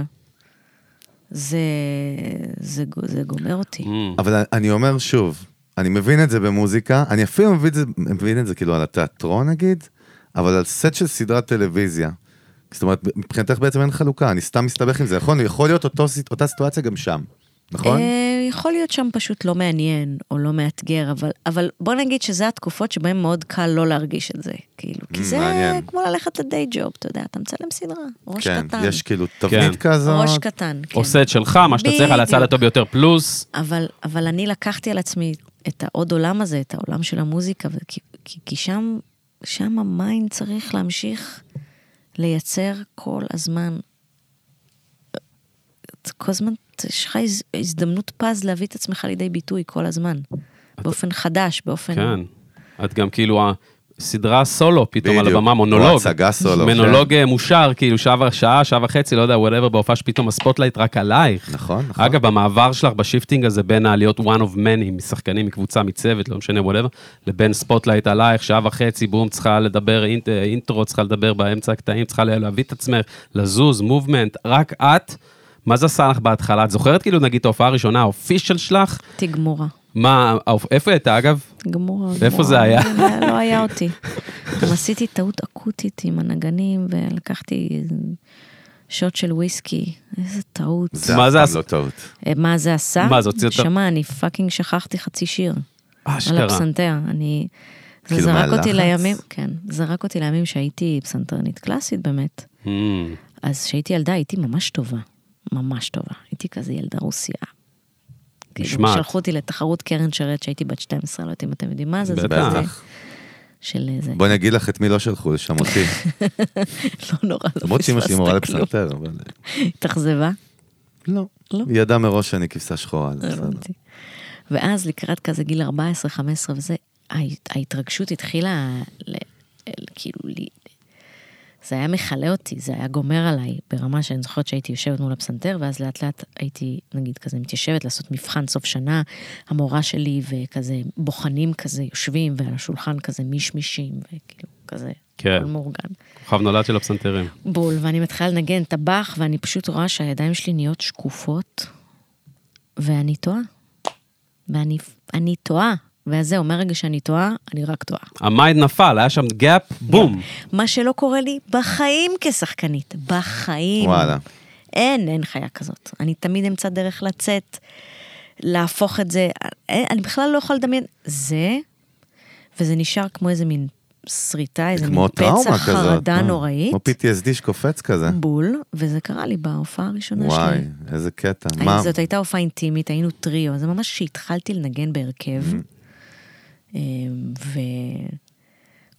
זה, זה, גו- זה גומר אותי.
Mm,
Mm.
אבל אני אומר שוב, אני מבין את זה במוזיקה, אני אפילו מבין את זה, מבין את זה כאילו על התיאטרון נגיד, אבל על סט של סדרת טלוויזיה. זאת אומרת, מבחינתך בעצם אין חלוקה, אני סתם מסתבך עם זה, נכון? יכול להיות אותו, סיט- אותה סיטואציה גם שם, נכון?
אה, יכול להיות שם פשוט לא מעניין או לא מאתגר, אבל, אבל בוא נגיד שזה התקופות שבהן מאוד קל לא להרגיש את זה, כאילו. כי
Mm,
זה
מעניין.
כמו ללכת לדיי ג'וב, אתה יודע, אתה מצלם סדרה, ראש
כן,
קטן.
יש כאילו תבנית כזאת.
ראש קטן, כן.
עושה את שלך, מה שאתה צריך על הצד
בדיוק.
הטוב ביותר פלוס.
אבל, אבל אני לקחתי על עצמי את העוד עולם הזה, את העולם של המוזיקה, ו- כי, כי, כי שם, שם המיינד צריך להמשיך לייצר כל הזמן. את- כל הזמן ת- יש לך הז- הזדמנות פז להביא את עצמך לידי ביטוי כל הזמן. באופן חדש, באופן...
כן. את כן. גם כאילו, ה- סדרה סולו פתאום על
בדיוק.
הבמה,
או
מונולוג.
הצגה סולו, כן.
מונולוג אה, מושר, כאילו שעה, ו- שעה, שעה וחצי, לא יודע, וואטאבר, בהופעה שפתאום הספוטלייט רק עלייך.
נכון, נכון.
אגב, במעבר שלך, בשיפטינג הזה בין הלהיות one of many, משחקנים, מקבוצה, מצוות, לא משנה, וואטאבר, לבין ספוטלייט עלייך, שעה וחצי, בום, צריכה לדבר אינט, אה, אינטרו, צריכה לדבר באמצע הקטעים, צריכה לה- להביא את עצמך, לזוז, מובמנט, רק את. מה זה עשה לך בהתחלה? את זוכרת כאילו, נגיד, את ההופעה הראשונה, האופישל שלך?
הייתי גמורה.
מה, האופ- איפה היא הייתה, אגב?
גמורה.
איפה
גמורה.
זה היה?
לא היה אותי. גם עשיתי טעות אקוטית עם הנגנים, ולקחתי שוט של וויסקי. איזה טעות.
זה
מה
אף
זה
פעם
הס-
לא טעות.
אה, מה זה עשה?
מה, זה הוציא אותה-
שמע, אני פאקינג שכחתי חצי שיר. על
אשכרה.
הפסנתר. אני... זה
כאילו,
זרק אותי
מהלחץ?
לימים, כן, זרק אותי לימים שהייתי פסנתרנית קלאסית באמת.
Hmm.
אז כשהייתי ילדה הייתי ממש טובה, ממש טובה. הייתי כזה ילדה רוסייה. כאילו,
נשמעת.
שלחו אותי לתחרות קרן שרת שהייתי בת 12, לא יודעת אם אתם יודעים מה זה, זה
בטח.
כזה של איזה,
בואי נגיד לך את מי לא שלחו לשם
<laughs>
אותי.
לא נורא, לא
למרות שאמא שלי מורה
פספסת כלום.
לפסנתר, אבל... אה,
התאכזבה?
לא.
לא.
היא ידעה מראש שאני כבשה שחורה. זה בסדר.
הבנתי. ואז לקראת כזה גיל 14-15 וזה, ההת- ההתרגשות התחילה, ל- אל- כאילו, לי- זה היה מכלה אותי, זה היה גומר עליי, ברמה שאני זוכרת שהייתי יושבת מול הפסנתר, ואז לאט לאט הייתי, נגיד, כזה מתיישבת לעשות מבחן סוף שנה, המורה שלי, וכזה בוחנים כזה יושבים, ועל השולחן כזה מישמישים, וכאילו, כזה,
כן.
הכל מאורגן.
כוכב נולד של הפסנתרים.
בול, ואני מתחילה לנגן טבח, ואני פשוט רואה שהידיים שלי נהיות שקופות, ואני טועה. ואני אני טועה. ואז זהו, מהרגע שאני טועה, אני רק טועה.
המייד נפל, היה שם גאפ, בום.
מה שלא קורה לי בחיים כשחקנית, בחיים.
וואלה.
אין, אין חיה כזאת. אני תמיד אמצא דרך לצאת, להפוך את זה, אין, אני בכלל לא יכולה לדמיין. זה, וזה נשאר כמו איזה מין שריטה, איזה מין
כמו טראומה
פצע
כזאת.
חרדה
אה,
נוראית.
כמו PTSD שקופץ כזה.
בול, וזה קרה לי בהופעה הראשונה
וואי,
שלי.
איזה קטע.
היי,
מה?
זאת הייתה הופעה אינטימית, היינו טריו, זה ממש כשהתחלתי לנגן בהרכב, אה,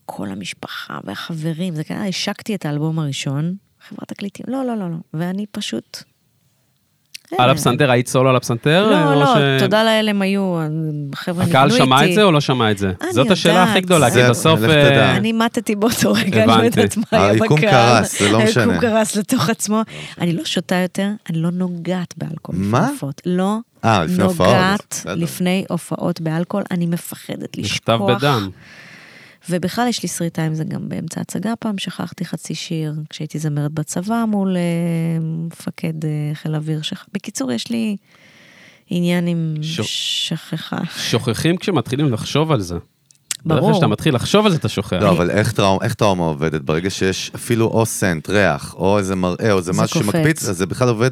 וכל המשפחה והחברים, זה כנראה, השקתי את האלבום הראשון, חברת תקליטים, לא, לא, לא, לא, ואני פשוט...
על
אה,
הפסנתר, היית סולו על הפסנתר?
לא,
או
לא,
ש-
תודה לאל, הם היו, חבר'ה ניגנו איתי.
הקהל שמע את זה או לא שמע את זה?
אני
זאת השאלה
יודעת.
הכי גדולה, כי
זה-
בסוף...
לך
אה,
תדע.
אני מתתי באותו רגע, אני לא
הבנתי.
יודעת מה היה בקהל.
כן. היקום קרס, זה לא
היקום
משנה.
קרס לתוך עצמו. אני לא שותה יותר, אני לא נוגעת באלכוהול. לפני
מה?
הופעות. לא
אה, לפני הופעות,
נוגעת
בסדר.
לפני הופעות באלכוהול, אני מפחדת
אה, נכתב
לשכוח.
בדם.
ובכלל יש לי שריטה עם זה גם באמצע הצגה פעם, שכחתי חצי שיר כשהייתי זמרת בצבא מול אה, מפקד אה, חיל אוויר. שכ... בקיצור, יש לי עניין עם
שו-
שכחה.
שוכחים כשמתחילים לחשוב על זה. בדרך כלל
ברור.
כשאתה מתחיל לחשוב על זה, אתה שוכח.
לא, אבל איך טראומה, איך טראומה עובדת? ברגע שיש אפילו או סנט, ריח, או איזה מראה, או איזה
זה
משהו
קופץ.
שמקפיץ, אז זה בכלל עובד,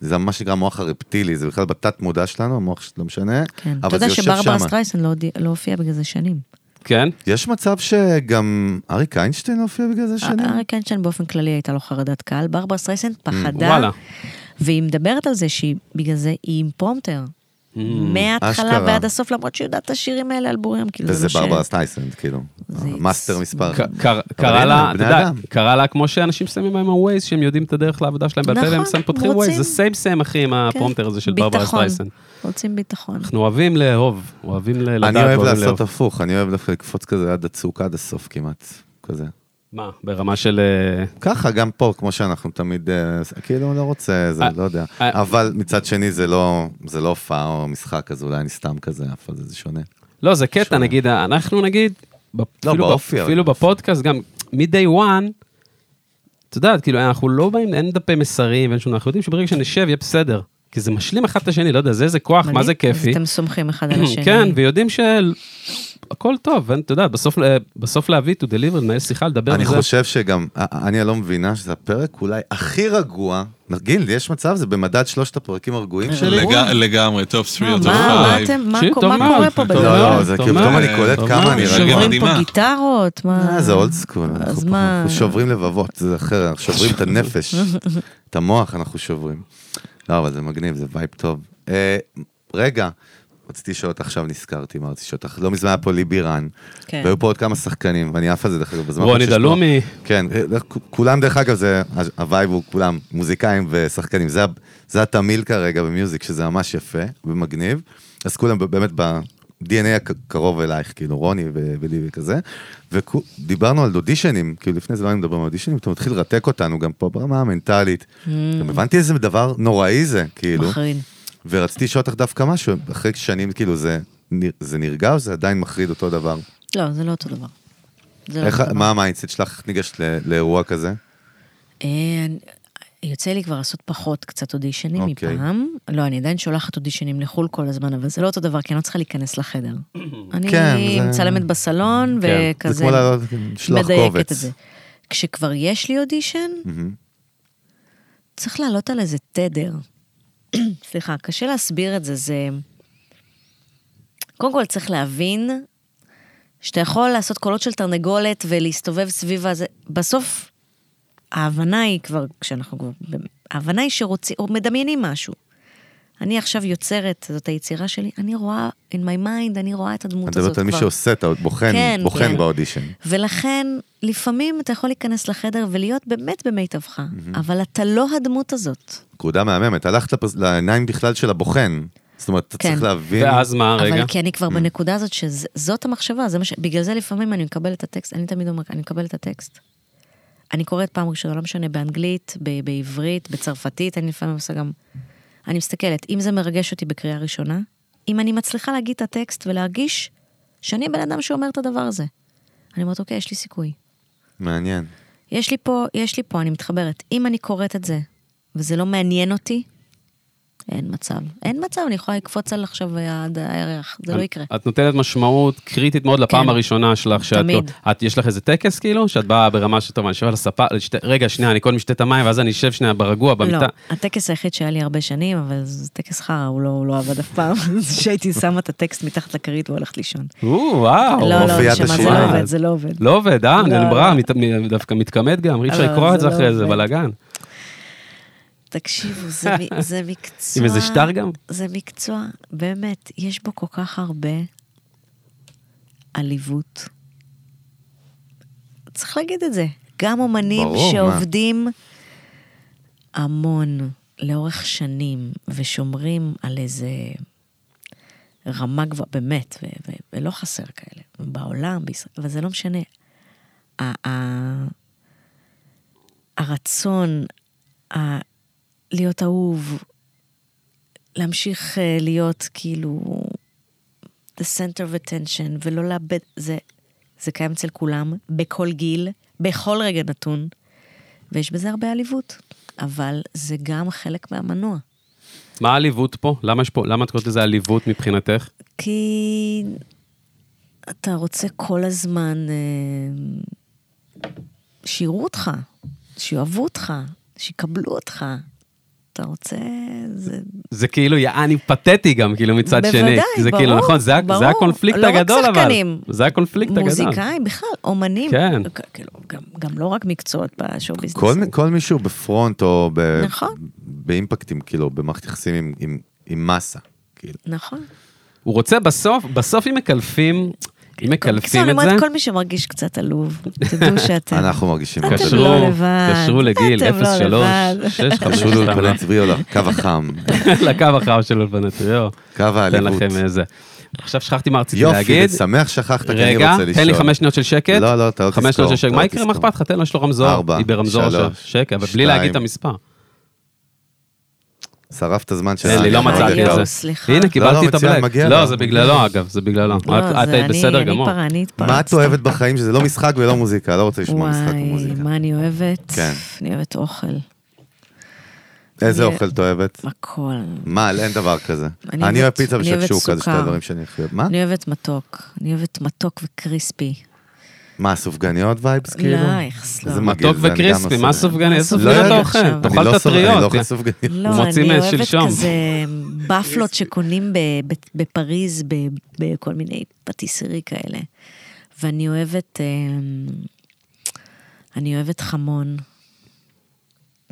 זה מה שנקרא מוח הרפטילי, זה בכלל בתת מודע שלנו, המוח ש- לא משנה,
כן. אתה
אבל זה
יודע
יושב שם.
שברברה סטרייסן לא, הודיע- לא הופיעה בגלל זה שנים.
כן?
יש מצב שגם אריק איינשטיין הופיע בגלל זה שנים?
אה, אריק איינשטיין באופן כללי הייתה לו חרדת קהל, ברברה סטרייסן פחדה.
וואלה.
והיא מדברת על זה שהיא, בגלל זה היא עם פומטר.
Mm.
מההתחלה
אשכרה.
ועד הסוף, למרות שהיא יודעת את השירים האלה על בורים, כאילו זה
וזה
לא ש...
ברברה סטייסנד, כאילו,
זה-
מאסטר מספר.
ק- קר-
אבל
קרה
הנה,
לה, אתה
בני
יודע,
אדם.
קרה לה כמו שאנשים שמים עם הווייז, שהם יודעים את הדרך לעבודה שלהם בעל פה,
נכון,
והם סתם פותחים
רוצים. כן.
ווייז, זה סיים סיים אחי עם הפרומטר הזה של ברברה
ביטחון.
סטרייסן.
רוצים ביטחון.
אנחנו אוהבים לאהוב, אוהבים ל- לדעת,
אני אוהב
אוהבים
לעשות
לאהוב.
הפוך, אני אוהב דווקא לקפוץ כזה עד הצוק, עד הסוף כמעט, כזה.
מה, ברמה של... אה,
ככה, גם פה, כמו שאנחנו תמיד, אה, כאילו, לא רוצה, זה
אה,
לא יודע.
אה.
אבל מצד שני, זה לא זה לא הופעה או משחק, אז אולי אני סתם כזה עף על זה, זה שונה.
לא, זה קטע,
שונה.
נגיד, אנחנו נגיד, ב- אפילו ב-
לא, באופי, אבל
אפילו
באופי.
בפודקאסט, גם מ-day one, את יודעת, כאילו, אנחנו לא באים, אין דפי מסרים, ואין שום, אנחנו יודעים שברגע שנשב יהיה בסדר. כי זה משלים אחד את השני, לא יודע, זה איזה כוח, מה
מדהים.
זה כיפי.
אז אתם סומכים אחד על השני.
כן, ויודעים שהכל טוב, ואתה יודע, בסוף- אה, בסוף להביא to deliver, לנהל שיחה, לדבר על
אני
לא, זה.
חושב שגם, א- א- אני לא מבינה שזה הפרק אולי הכי רגוע. נגיד, יש מצב, זה במדד שלושת הפרקים הרגועים שלי.
רגוע?
לג- לגמרי, טופ 3
מה,
או טופ
מה, מה
5.
אתם, מה
תקשיב,
קו-
טוב
מה
מאוד.
קורה פה
טוב
לא,
בדרך
לא,
מאוד.
זה
אתה
כאילו, פתאום
אומר,
אני קולט
אתה
כמה
אומר,
אני
שוברים
רגוע.
שוברים פה
מדהימה.
גיטרות, מה...
אה, זה אולד סקול,
אז
אנחנו
מה?
אנחנו שוברים לבבות, זה אחר, אנחנו שוברים את הנפש, את המוח אנחנו שוברים. לא, אבל זה מגניב, זה וייב טוב. אה, רגע, רציתי לשאול אותך, עכשיו נזכרתי מה רציתי לשאול אותך, לא מזמן היה פה ליבירן,
כן.
והיו פה עוד כמה שחקנים, ואני עף על זה דרך אגב, בזמן
רוני
שיש פה-
דלומי.
כן, אה, כ- כולם דרך אגב, זה, ה- הווייב הוא כולם מוזיקאים ושחקנים, זה ה- זה התמיל כרגע במיוזיק, שזה ממש יפה ומגניב, אז כולם ב- באמת ב... ה-DNA הקרוב אלייך, כאילו רוני ו- ולי וכזה. ודיברנו על אודישנים, כאילו לפני זה לא היינו מדברים על אודישנים, אתה מתחיל לרתק אותנו גם פה ברמה המנטלית. גם הבנתי איזה דבר נוראי זה, כאילו.
מחריד.
ורציתי לשאול אותך דווקא משהו, אחרי שנים כאילו זה, נר- זה נרגע או זה עדיין מחריד אותו דבר?
לא, זה לא אותו דבר. זה לא
איך,
אותו דבר.
מה המיינדסט שלך, איך ניגשת ל- לאירוע כזה?
אה, אני- יוצא לי כבר לעשות פחות קצת אודישנים
אוקיי.
מפעם. לא, אני עדיין שולחת אודישנים לחו"ל כל הזמן, אבל זה לא אותו דבר, כי אני לא צריכה להיכנס
<clears throat>
לחדר. אני
כן, זה-
מצלמת בסלון
כן,
וכזה...
זה כמו לעלות- לשלוח
מדייקת
קובץ.
את זה. כשכבר יש לי אודישן,
מהמם. Mm-hmm.
צריך לעלות על איזה תדר. <clears throat> סליחה, קשה להסביר את זה, זה... קודם כל צריך להבין שאתה יכול לעשות קולות של תרנגולת ולהסתובב סביב הזה. בסוף, ההבנה היא כבר, כשאנחנו כבר... ההבנה היא שרוצים, או מדמיינים משהו. אני עכשיו יוצרת, זאת היצירה שלי, אני רואה, in my mind, אני רואה את הדמות
את
הזאת כבר.
מדברת על מי שעושה, את ה- בוחן,
כן,
בוחן
כן.
באודישן.
ולכן, לפעמים אתה יכול להיכנס לחדר ולהיות באמת במיטבך, אבל אתה לא הדמות הזאת.
נקודה מהממת, הלכת לפס- לעיניים בכלל של הבוחן. זאת אומרת, אתה
כן.
צריך להבין...
ואז מה, רגע?
אבל כי אני כבר בנקודה הזאת שזאת המחשבה, זה מה ש... בגלל זה לפעמים אני מקבלת את הטקסט, אני תמיד אומרת, אני מקבלת את הטקסט. אני קוראת פעם ראשונה, לא משנה, באנגלית, ב- בעברית, בצרפתית, אני לפעמים עושה גם... אני מסתכלת, אם זה מרגש אותי בקריאה ראשונה, אם אני מצליחה להגיד את הטקסט ולהרגיש שאני הבן אדם שאומר את הדבר הזה. אני אומרת, אוקיי, יש לי סיכוי.
מעניין.
יש לי פה, יש לי פה, אני מתחברת. אם אני קוראת את זה, וזה לא מעניין אותי, אין מצב. אין מצב, אני יכולה לקפוץ על עכשיו עד הירח, זה לא
את-
יקרה.
את נותנת משמעות קריטית מאוד לפעם
כן.
הראשונה שלך, שאת...
תמיד.
את, יש לך איזה טקס כאילו? שאת באה ברמה של טוב, אני יושב על הספה, לשת- רגע, שנייה, אני קודם אשתה את המים, ואז אני אשב שנייה ברגוע,
לא,
במיטה.
הטקס היחיד שהיה לי הרבה שנים, אבל זה טקס חרא, הוא לא, הוא לא עבד אף פעם. <laughs> זה שהייתי שמה את הטקסט מתחת לכרית והולכת לישון.
או, וואו.
לא, לא,
אופיית
נשמה, זה
השירה.
לא עובד, זה לא עובד.
לא עובד, אה?
לא,
אין ברירה,
לא.
מת- מ- דווקא מתכמת גם, אי אפשר
לא,
לקרוא את
זה
זה
לא
אחרי זה,
עובד.
בלאגן.
תקשיבו, זה, מ- זה מקצוע...
<laughs> עם איזה שטר גם?
זה מקצוע, באמת, יש בו כל כך הרבה עליבות. צריך להגיד את זה. גם אומנים
ברור, מה?
שעובדים המון לאורך שנים ושומרים על איזה רמה גבוהה, באמת, ו- ו- ולא חסר כאלה, בעולם, בישראל, אבל זה לא משנה. ה- ה- הרצון ה- להיות אהוב, להמשיך אה, להיות כאילו the center of attention ולא לאבד, זה, זה קיים אצל כולם, בכל גיל, בכל רגע נתון, ויש בזה הרבה עליבות, אבל זה גם חלק מהמנוע.
מה העליבות פה? למה יש פה, למה את קוראת לזה עליבות מבחינתך?
כי אתה רוצה כל הזמן אה, שיראו אותך, שיאהבו אותך, שיקבלו אותך. אתה רוצה... זה...
זה כאילו יעני פתטי גם, כאילו מצד שני.
בוודאי,
זה
ברור,
כאילו, נכון? זה, ה-
ברור.
זה הקונפליקט
לא רק
הגדול אבל.
שחקנים.
זה הקונפליקט הגדול.
מוזיקאים, בכלל, אומנים.
כן.
כ- כאילו, גם, גם לא רק מקצועות בשואו ביזנס.
כל, מי- כל מישהו בפרונט או ב,
נכון.
באימפקטים, כאילו, במערכת יחסים עם, עם, עם מסה. כאילו.
נכון.
הוא רוצה בסוף, בסוף אם מקלפים, אם
מקסם,
מקלפים
כן, אני
את
אומרת,
זה,
כל מי שמרגיש קצת עלוב,
<laughs>
תדעו שאתם...
אנחנו מרגישים
אתם
כזה.
קשרו,
לא לבד.
קשרו לגיל
אתם לא
03,
לבד.
6,
קשרו לו לפלנטריו, לקו החם,
<laughs> לקו החם של אלפנטריו.
קו
אתן
העליבות.
לכם איזה. עכשיו שכחתי מה רציתי
יופי,
להגיד.
ושמח שכחת, כי אני
רגע,
רוצה לשאול.
תן לי חמש שניות של שקט.
לא, לא, אתה לא
חמש שניות של
תזכור,
שקט.
אתה
מה
לא
יקרה, מה
תזכור.
אכפת לך? תן לו, יש לו רמזור.
ארבע,
היא ברמזור
שלוש,
עכשיו. שקט, אבל בלי
שתיים.
להגיד את המסר.
שרף את הזמן שלנו.
אין לי, לא מצאתי את
אוי,
זה.
סליחה.
הנה,
לא,
לא,
קיבלתי את
מצוין,
הבלק.
מגיע
לא,
לו.
זה בגללו, אגב, זה בגללו. את
לא,
את
זה
היית
אני-
בסדר גמור.
אני פרה, אני התפרצת.
מה את אוהבת בחיים שזה לא משחק ולא מוזיקה? לא רוצה לשמוע משחק
וואי,
ומוזיקה.
מה אני אוהבת?
כן.
אני אוהבת אוכל.
איזה
אני-
אוכל את אוהבת?
הכל.
מה, אין דבר כזה.
אני
אני אוהב
אוהבת-
פיצה
אני אוהבת
ושקשוקה, זה שתי
סוכר.
הדברים שאני הכי אוהב. מה?
אני אוהבת מתוק. אני אוהבת מתוק וקריספי.
מה, סופגניות וייבס כאילו?
לא, איכס, לא.
איזה מגעיל,
מתוק
זה אני גם
וקריספי,
עושה.
מה סופגני? איזה
לא
סופגני אתה
יודע.
אוכל?
אני לא
אני
תאכל
לא
את
סופג- אני לא
הטריות.
אוכל סופגניות.
לא,
מוציא
אני אוהבת
מהשלשום.
כזה בפלות שקונים ב- ב- בפריז, ב- בכל מיני פטיסרי כאלה. ואני אוהבת, אמ, אני אוהבת חמון.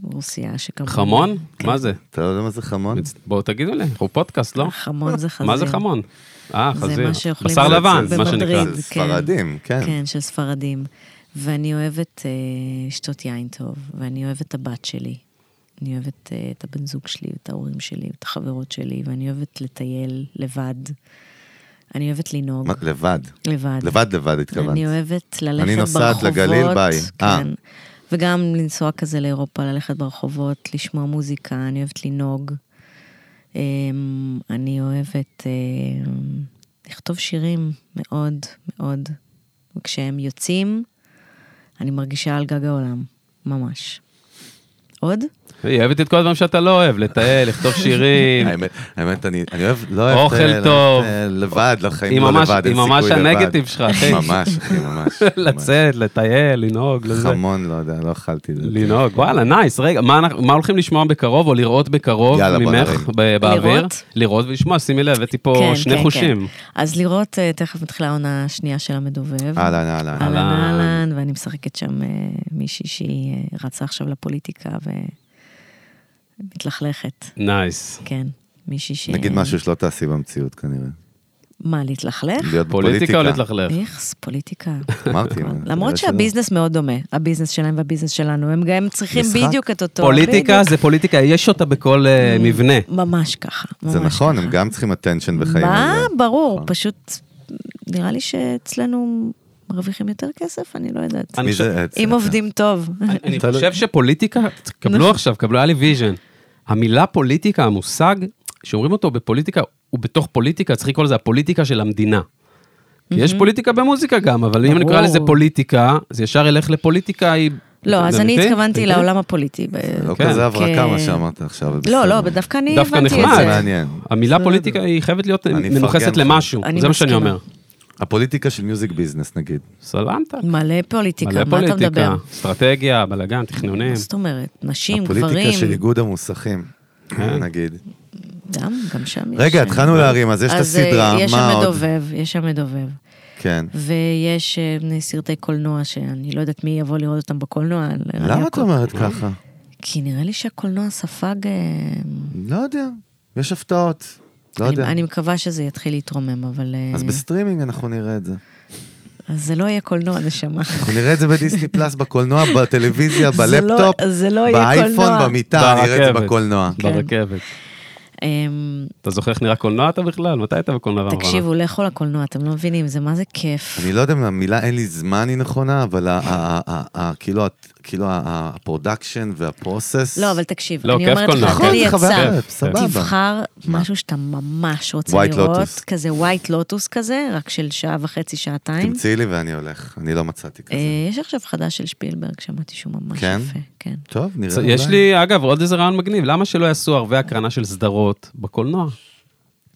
רוסיה שכמובן.
חמון? מה זה?
אתה לא יודע מה זה חמון?
בואו תגידו לי, אנחנו פודקאסט, לא?
חמון זה חזיר.
מה זה חמון? אה,
זה
חזיר.
מה שאוכלים
בשר
במדריד.
לבן, אה, מה שנקרא.
במדריד.
זה
כן.
ספרדים, כן.
כן, של ספרדים. ואני אוהבת אה, לשתות יין טוב, ואני אוהבת את הבת שלי. אני אוהבת אה, את הבן זוג שלי, את ההורים שלי, את החברות שלי, ואני אוהבת לטייל לבד. אני אוהבת לנהוג.
מה, לבד.
לבד.
לבד לבד התכוונת.
אני אוהבת ללכת ברחובות.
אני נוסעת לגליל, ביי. אה.
כן. וגם לנסוע כזה לאירופה, ללכת ברחובות, לשמוע מוזיקה, אני אוהבת לנהוג. אמ, אני אוהבת אמ, לכתוב שירים מאוד מאוד. וכשהם יוצאים, אני מרגישה על גג העולם, ממש. עוד?
היא אוהבת את כל הדברים שאתה לא אוהב, לטייל,
<laughs>
לכתוב שירים.
האמת, האמת, אני אני אוהב, לא אוהב...
אוכל
אה,
טוב.
אה, לבד,
היא
לחיים לא
ממש-
לבד, אין
היא ממש
סיכוי לבד.
הנגטיב שלך, אחי.
ממש, אחי, ממש.
<laughs> לצאת, לטייל, לנהוג, לזה.
חמון, לא יודע, לא אכלתי את זה.
לנהוג, וואלה, נייס, רגע, מה אנחנו- מה הולכים לשמוע בקרוב, או לראות בקרוב
יאללה, בוא
ממך,
נרים.
ב- באוויר?
לראות?
לראות ולשמוע, שימי לב, הבאתי פה
כן,
שני
כן,
חושים.
כן. אז לראות, אה, תכף מתחילה העונה השנייה של המדובב.
אהלן, אהלן.
אהלן
אהלן.
אהלן, ואני משחקת שם אה, מישהי שהיא אה, רצה עכשיו לפוליטיקה ומתלכלכת,
נייס.
כן. מישהי ש...
נגיד משהו שלא תעשי במציאות כנראה.
מה, להתלכלך?
להיות
פוליטיקה
בפוליטיקה.
או להתלכלך?
איכס,
<laughs>
פוליטיקה. <laughs>
אמרתי. מה, לא אתה יודע
למרות
שלא.
שהביזנס מאוד דומה, הביזנס שלהם והביזנס שלנו, הם גם צריכים
משחק.
בדיוק את אותו...
פוליטיקה זה פוליטיקה, יש אותה בכל
Mm.
אה, מבנה.
בדיוק. ממש ככה, ממש
זה נכון,
ככה.
הם גם צריכים attention בחיים.
מה?
האלה.
ברור, פשוט נראה לי שאצלנו מרוויחים יותר כסף, אני לא יודעת.
אני
מי זה?
חושב-
אה,
אם
זה-
עובדים טוב.
אני- אני חושב שפוליטיקה,
נכון.
קבלו עכשיו, קבלו, היה לי ויז'ן. המילה פוליטיקה, המושג, שאומרים אותו בפוליטיקה, הוא בתוך פוליטיקה, צריך לקרוא לזה הפוליטיקה של המדינה. כי יש פוליטיקה במוזיקה גם, אבל אם
ברור.
נקרא לזה פוליטיקה, זה ישר ילך לפוליטיקה, היא...
לא, אז
אתה
אני
מבין? אתה
התכוונתי
מבין?
לעולם הפוליטי. ב-
לא
כן.
כזה הברקה
כ-
מה שאמרת עכשיו. אבל
לא,
בסדר.
לא, דווקא אני
דווקא
הבנתי את
נחמד.
זה
זה.
מעניין.
המילה פוליטיקה היא חייבת להיות
אני
מנוכסת
מפרגן לך.
למשהו,
אני
זה מה שאני
מסכימה.
אומר.
הפוליטיקה של מיוזיק ביזנס נגיד.
סלמתק.
מלא פוליטיקה,
מלא
מה אתה מדבר?
פוליטיקה, אסטרטגיה, בלאגן, תכנונים.
מה זאת אומרת? נשים,
כן. הפוליטיקה
גברים,
של איגוד המוסכים. אה, נגיד.
גם, גם שם יש... אה,
רגע, התחלנו להרים, אז יש את
אז, אה,
הסדרה,
יש
מה
שם
עוד?
מדובב, יש שם מדובב.
כן.
ויש אה, בני סרטי קולנוע שאני לא יודעת מי יבוא לראות אותם בקולנוע. אני
למה את
הכל-
אומרת ככה?
כי נראה לי שהקולנוע ספג... אה,
לא יודע, יש הפתעות. לא
אני-
יודע.
אני מקווה שזה יתחיל להתרומם, אבל... אה,
אז בסטרימינג אנחנו נראה את זה.
אז זה לא יהיה קולנוע, נשמה.
אנחנו נראה את זה בדיסני פלאס,
<laughs>
בקולנוע, בטלוויזיה,
זה לא-
בלפטופ,
זה לא יהיה
באייפון,
קולנוע.
במיטה, נראה את זה
ברכבת.
בקולנוע.
כן.
ברכבת.
<laughs> אמ,
לא,
אתה זוכר איך נראה קולנוע אתה בכלל? מתי היית בקולנוע? רמרמה?
תקשיבו, לכו לקולנוע, אתם לא מבינים, זה מה זה כיף.
אני לא יודע אם המילה אין לי זמן היא נכונה, אבל ה- ה- ה- ה- כאילו ה- כאילו ה- ה- הפרודקשן והפרוסס.
לא, אבל תקשיב,
לא,
אני
כיף
אומרת
קולנוע,
לך,
נכון,
אתה לי
זה חוויה
יצא.
אחרת, סבבה.
תבחר משהו שאתה ממש רוצה
White
לראות,
Lotus.
כזה ווייט לוטוס כזה, רק של שעה וחצי, שעתיים.
תמצאי לי ואני הולך, אני לא מצאתי
אה,
כזה.
יש עכשיו חדש של שפילברג, שמעתי שהוא ממש
כן?
יפה. כן?
טוב, נראה.
יש
אולי.
לי, אגב, עוד איזה רעיון מגניב, למה שלא יעשו ערבי הקרנה של סדרות בקולנוע?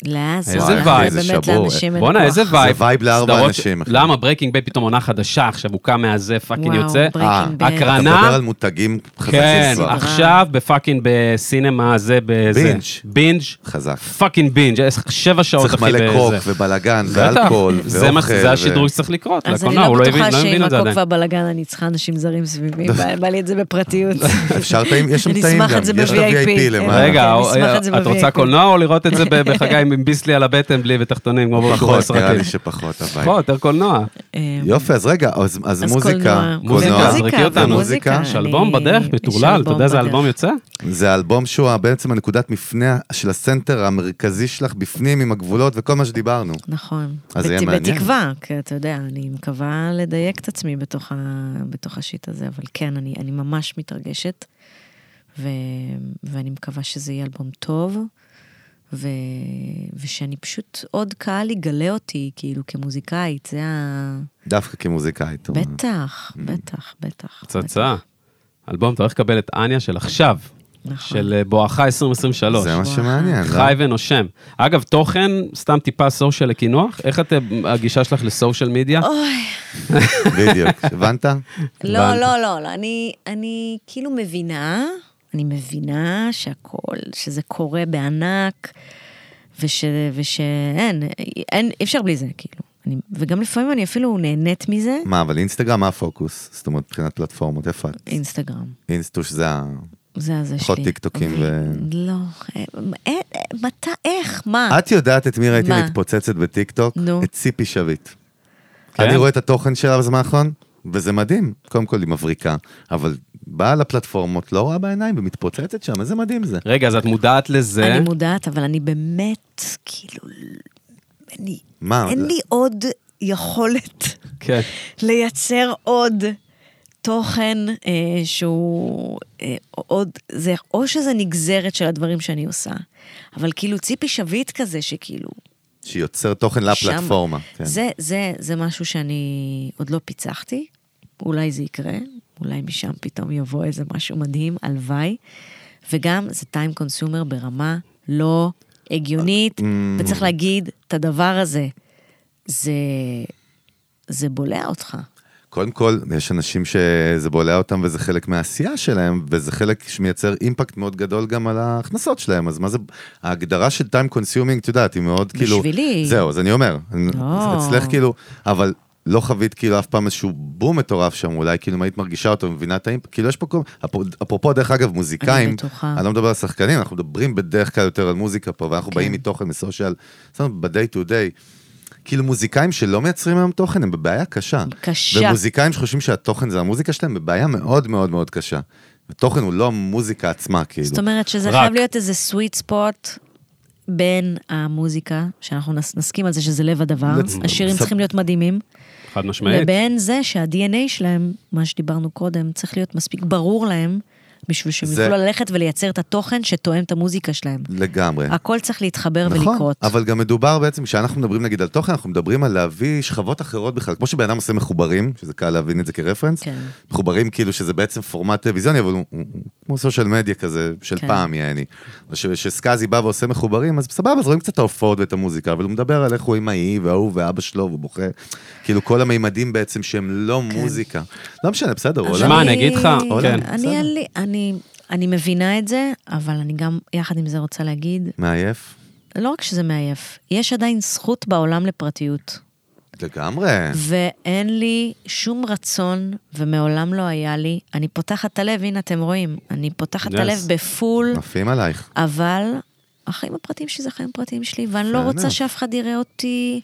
לא, זה
איזה
זה
וייב,
איזה
באמת
שבור.
לאנשים אין
בואנה,
כוח.
איזה וייב.
זה וייב לארבע
סדרות-
אנשים, אחי.
למה ברייקינג ביי פתאום עונה חדשה, עכשיו הוא קם מהזה, פאקינג
וואו,
יוצא?
Breaking
אה,
Bad.
הקרנה.
אתה מדבר על מותגים חזקים.
כן,
כבר.
אח-
עכשיו בפאקינג בסינמה זה, בזה.
בינג'.
בינג'.
חזק.
פאקינג בינג', שבע שעות אחי
צריך
בזה.
מלא קוק ובלאגן ואלכוהול
בטח,
ואוכל.
זה מה-
ו-
זה השדרוג שצריך לקרות,
אז אני
לקולנוע,
לא
הוא לא הבין
בטוחה
לא
שעם
הבין את זה
הקוק
עדיין.
והבלאגן אני צריכה אנשים זרים
<laughs>
סביבי, בא- בא לי את זה בפרטיות.
אפשר טעים, יש שם
אני
טעים
אשמח
גם,
את זה
יש לו
ב-VIP.
VIP למעלה.
כן,
רגע, אה,
אני אשמח את זה
את רוצה
ב-VIP.
קולנוע או לראות את זה ב- בחגי עם ביסלי על הבטן בלי ותחתונים כמו בשיעורי
פחות, נראה
סרטים? נכון.
לי שפחות
בוא,
הביתה.
יותר קולנוע.
אמ,
יופי, אז רגע, אז- אז
אז
מוזיקה.
קולנוע.
מוזיקה,
קולנוע.
זרקי אותנו.
ומוזיקה.
יש אלבום
אני-
בדרך,
יש
מטורלל, אתה יודע
אלבום
איזה
בדרך.
אלבום יוצא?
זה האלבום שהוא ה- בעצם הנקודת מפנה של הסנטר המרכזי שלך בפנים עם הגבולות וכל מה שדיברנו.
נכון.
אז זה יהיה
בת-
מעניין.
בתקווה, כי אתה יודע, אני מקווה לדייק את עצמי בתוך, ה... בתוך השיט הזה, אבל כן, אני, אני ממש מתרגשת, ו... ואני מקווה שזה יהיה אלבום טוב, ו... ושאני פשוט, עוד קהל יגלה אותי, כאילו, כמוזיקאית, זה ה...
דווקא כמוזיקאית. הוא-
בטח,
Mm.
בטח, בטח.
פצצה. אלבום, אתה הולך לקבל את אניה של עכשיו,
נכון.
של אה, בואכה 2023.
זה מה
וואו.
שמעניין. לא?
חי ונושם. אגב, תוכן, סתם טיפה סושיאל לקינוח, איך את, אה, הגישה שלך לסושיאל מדיה?
אוי,
בדיוק, הבנת?
הבנת.
לא, לא, לא, לא, אני, אני כאילו מבינה, אני מבינה שהכל, שזה קורה בענק, וש, ושאין, אין, אי אפשר בלי זה, כאילו. אני, וגם לפעמים אני אפילו נהנית מזה,
מה, אבל אינסטגרם, מה הפוקוס? זאת אומרת, מבחינת פלטפורמות, איפה את?
אינסטגרם.
אינסטוש זה ה...
זה הזה שלי.
פחות טיקטוקים ו-
לא, אה, אה, אה, מתי, איך, מה?
את יודעת את מי ראיתי
אה. מה?
מתפוצצת בטיקטוק?
נו.
את ציפי שביט.
כן?
אני רואה את התוכן שלה בזמן האחרון, וזה מדהים. קודם כל היא מבריקה, אבל באה לפלטפורמות, לא רואה בעיניים ומתפוצצת שם, איזה מדהים זה.
רגע, אז את מודעת לזה?
אני מודעת, אבל אני באמת, כאילו, אין לי,
מה?
אין לי עוד יכולת
כן.
לייצר עוד תוכן אה, שהוא אה, עוד, זה, או שזה נגזרת של הדברים שאני עושה, אבל כאילו ציפי שביט כזה שכאילו,
שיוצר תוכן לפלטפורמה. כן.
זה, זה, זה משהו שאני עוד לא פיצחתי, אולי זה יקרה, אולי משם פתאום יבוא איזה משהו מדהים, הלוואי. וגם זה time consumer ברמה לא
אה,
הגיונית, וצריך להגיד את הדבר הזה. זה, זה בולע אותך.
קודם כל, יש אנשים שזה בולע אותם וזה חלק מהעשייה שלהם, וזה חלק שמייצר אימפקט מאוד גדול גם על ההכנסות שלהם, אז מה זה, ההגדרה של time consuming, את יודעת, היא מאוד כאילו...
בשבילי.
זהו, אז אני אומר, אני-
לא.
אצלך כאילו, אבל לא חווית כאילו אף פעם איזשהו בום מטורף שם, אולי כאילו אם היית מרגישה אותו ומבינה את האימפקט, כאילו יש פה כל... אפו- אפרופו, דרך אגב, מוזיקאים,
אני בטוחה.
אני לא מדבר על שחקנים, אנחנו מדברים בדרך כלל יותר על מוזיקה פה, ואנחנו
כן.
באים מתוכן מסושיאל, ב-day to day. כאילו מוזיקאים שלא מייצרים היום תוכן, הם בבעיה קשה.
קשה.
ומוזיקאים שחושבים שהתוכן זה המוזיקה שלהם, בבעיה מאוד מאוד מאוד קשה. התוכן הוא לא המוזיקה עצמה, כאילו.
זאת אומרת שזה
רק.
חייב להיות איזה sweet spot בין המוזיקה, שאנחנו נס, נסכים על זה שזה לב הדבר,
לצ-
השירים
סב-
צריכים להיות מדהימים,
חד משמעית.
לבין זה שה-DNA שלהם, מה שדיברנו קודם, צריך להיות מספיק ברור להם, בשביל שהם
זה-
יוכלו ללכת ולייצר את התוכן שתואם את המוזיקה שלהם.
לגמרי.
הכל צריך להתחבר
נכון,
ולקרות.
אבל גם מדובר בעצם, כשאנחנו מדברים נגיד על תוכן, אנחנו מדברים על להביא שכבות אחרות בכלל, כמו שבן אדם עושה מחוברים, שזה קל להבין את זה כרפרנס,
כן.
מחוברים כאילו שזה בעצם פורמט טלוויזיוני, אבל הוא, הוא, הוא כמו סושיאל מדיה כזה, של
כן.
פעם יעני. או ש- שסקאזי בא ועושה מחוברים, אז סבבה, אז רואים קצת את ההופעות ואת המוזיקה, אבל הוא מדבר על איך הוא אמאי, וההוא ואבא שלו, והוא בוכה, כאילו כל המימדים בעצם שהם לא מוזיקה. לא משנה, בסדר,
כן. אז
עולם.
שמע, אני אגיד לך,
עולם,
כן.
אני,
בסדר.
אין לי- אני, אני מבינה את זה, אבל אני גם, יחד עם זה רוצה להגיד,
מעייף?
לא רק שזה מעייף, יש עדיין זכות בעולם לפרטיות.
לגמרי.
ואין לי שום רצון, ומעולם לא היה לי. אני פותחת את הלב, הנה אתם רואים, אני פותחת את
Yes.
הלב בפול,
עפים עלייך.
אבל החיים הפרטיים שלי זה החיים הפרטיים שלי, ואני לא
Fair enough.
רוצה שאף אחד יראה אותי,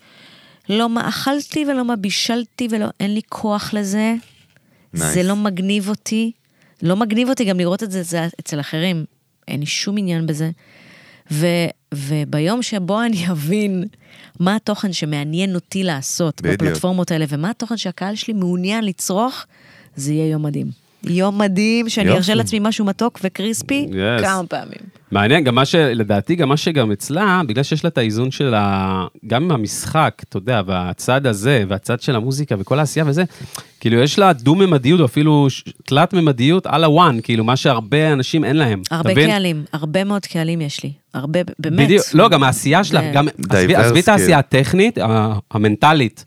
לא מה אכלתי ולא מה בישלתי, ולא, אין לי כוח לזה.
Nice.
זה לא מגניב אותי. לא מגניב אותי גם לראות את זה, זה אצל אחרים. אין לי שום עניין בזה. ו, וביום שבו אני אבין מה התוכן שמעניין אותי לעשות
בדיוק.
בפלטפורמות האלה, ומה התוכן שהקהל שלי מעוניין לצרוך, זה יהיה יום מדהים. יום מדהים, שאני
יופי.
ארשה לעצמי משהו מתוק וקריספי
Yes.
כמה פעמים.
מעניין, גם מה שלדעתי, גם מה שגם אצלה, בגלל שיש לה את האיזון של ה... גם עם המשחק, אתה יודע, והצד הזה, והצד של המוזיקה, וכל העשייה וזה, כאילו, יש לה דו-ממדיות, או אפילו ש- תלת-ממדיות על הוואן, כאילו, מה שהרבה אנשים אין להם.
הרבה כן,
אתה מבין?
קהלים, הרבה מאוד קהלים יש לי. הרבה, באמת.
בדיוק, לא, גם העשייה שלך,
זה-
גם, עזבי-
Diverse,
עזבי את
כאילו.
העשייה הטכנית, ה- המנטלית.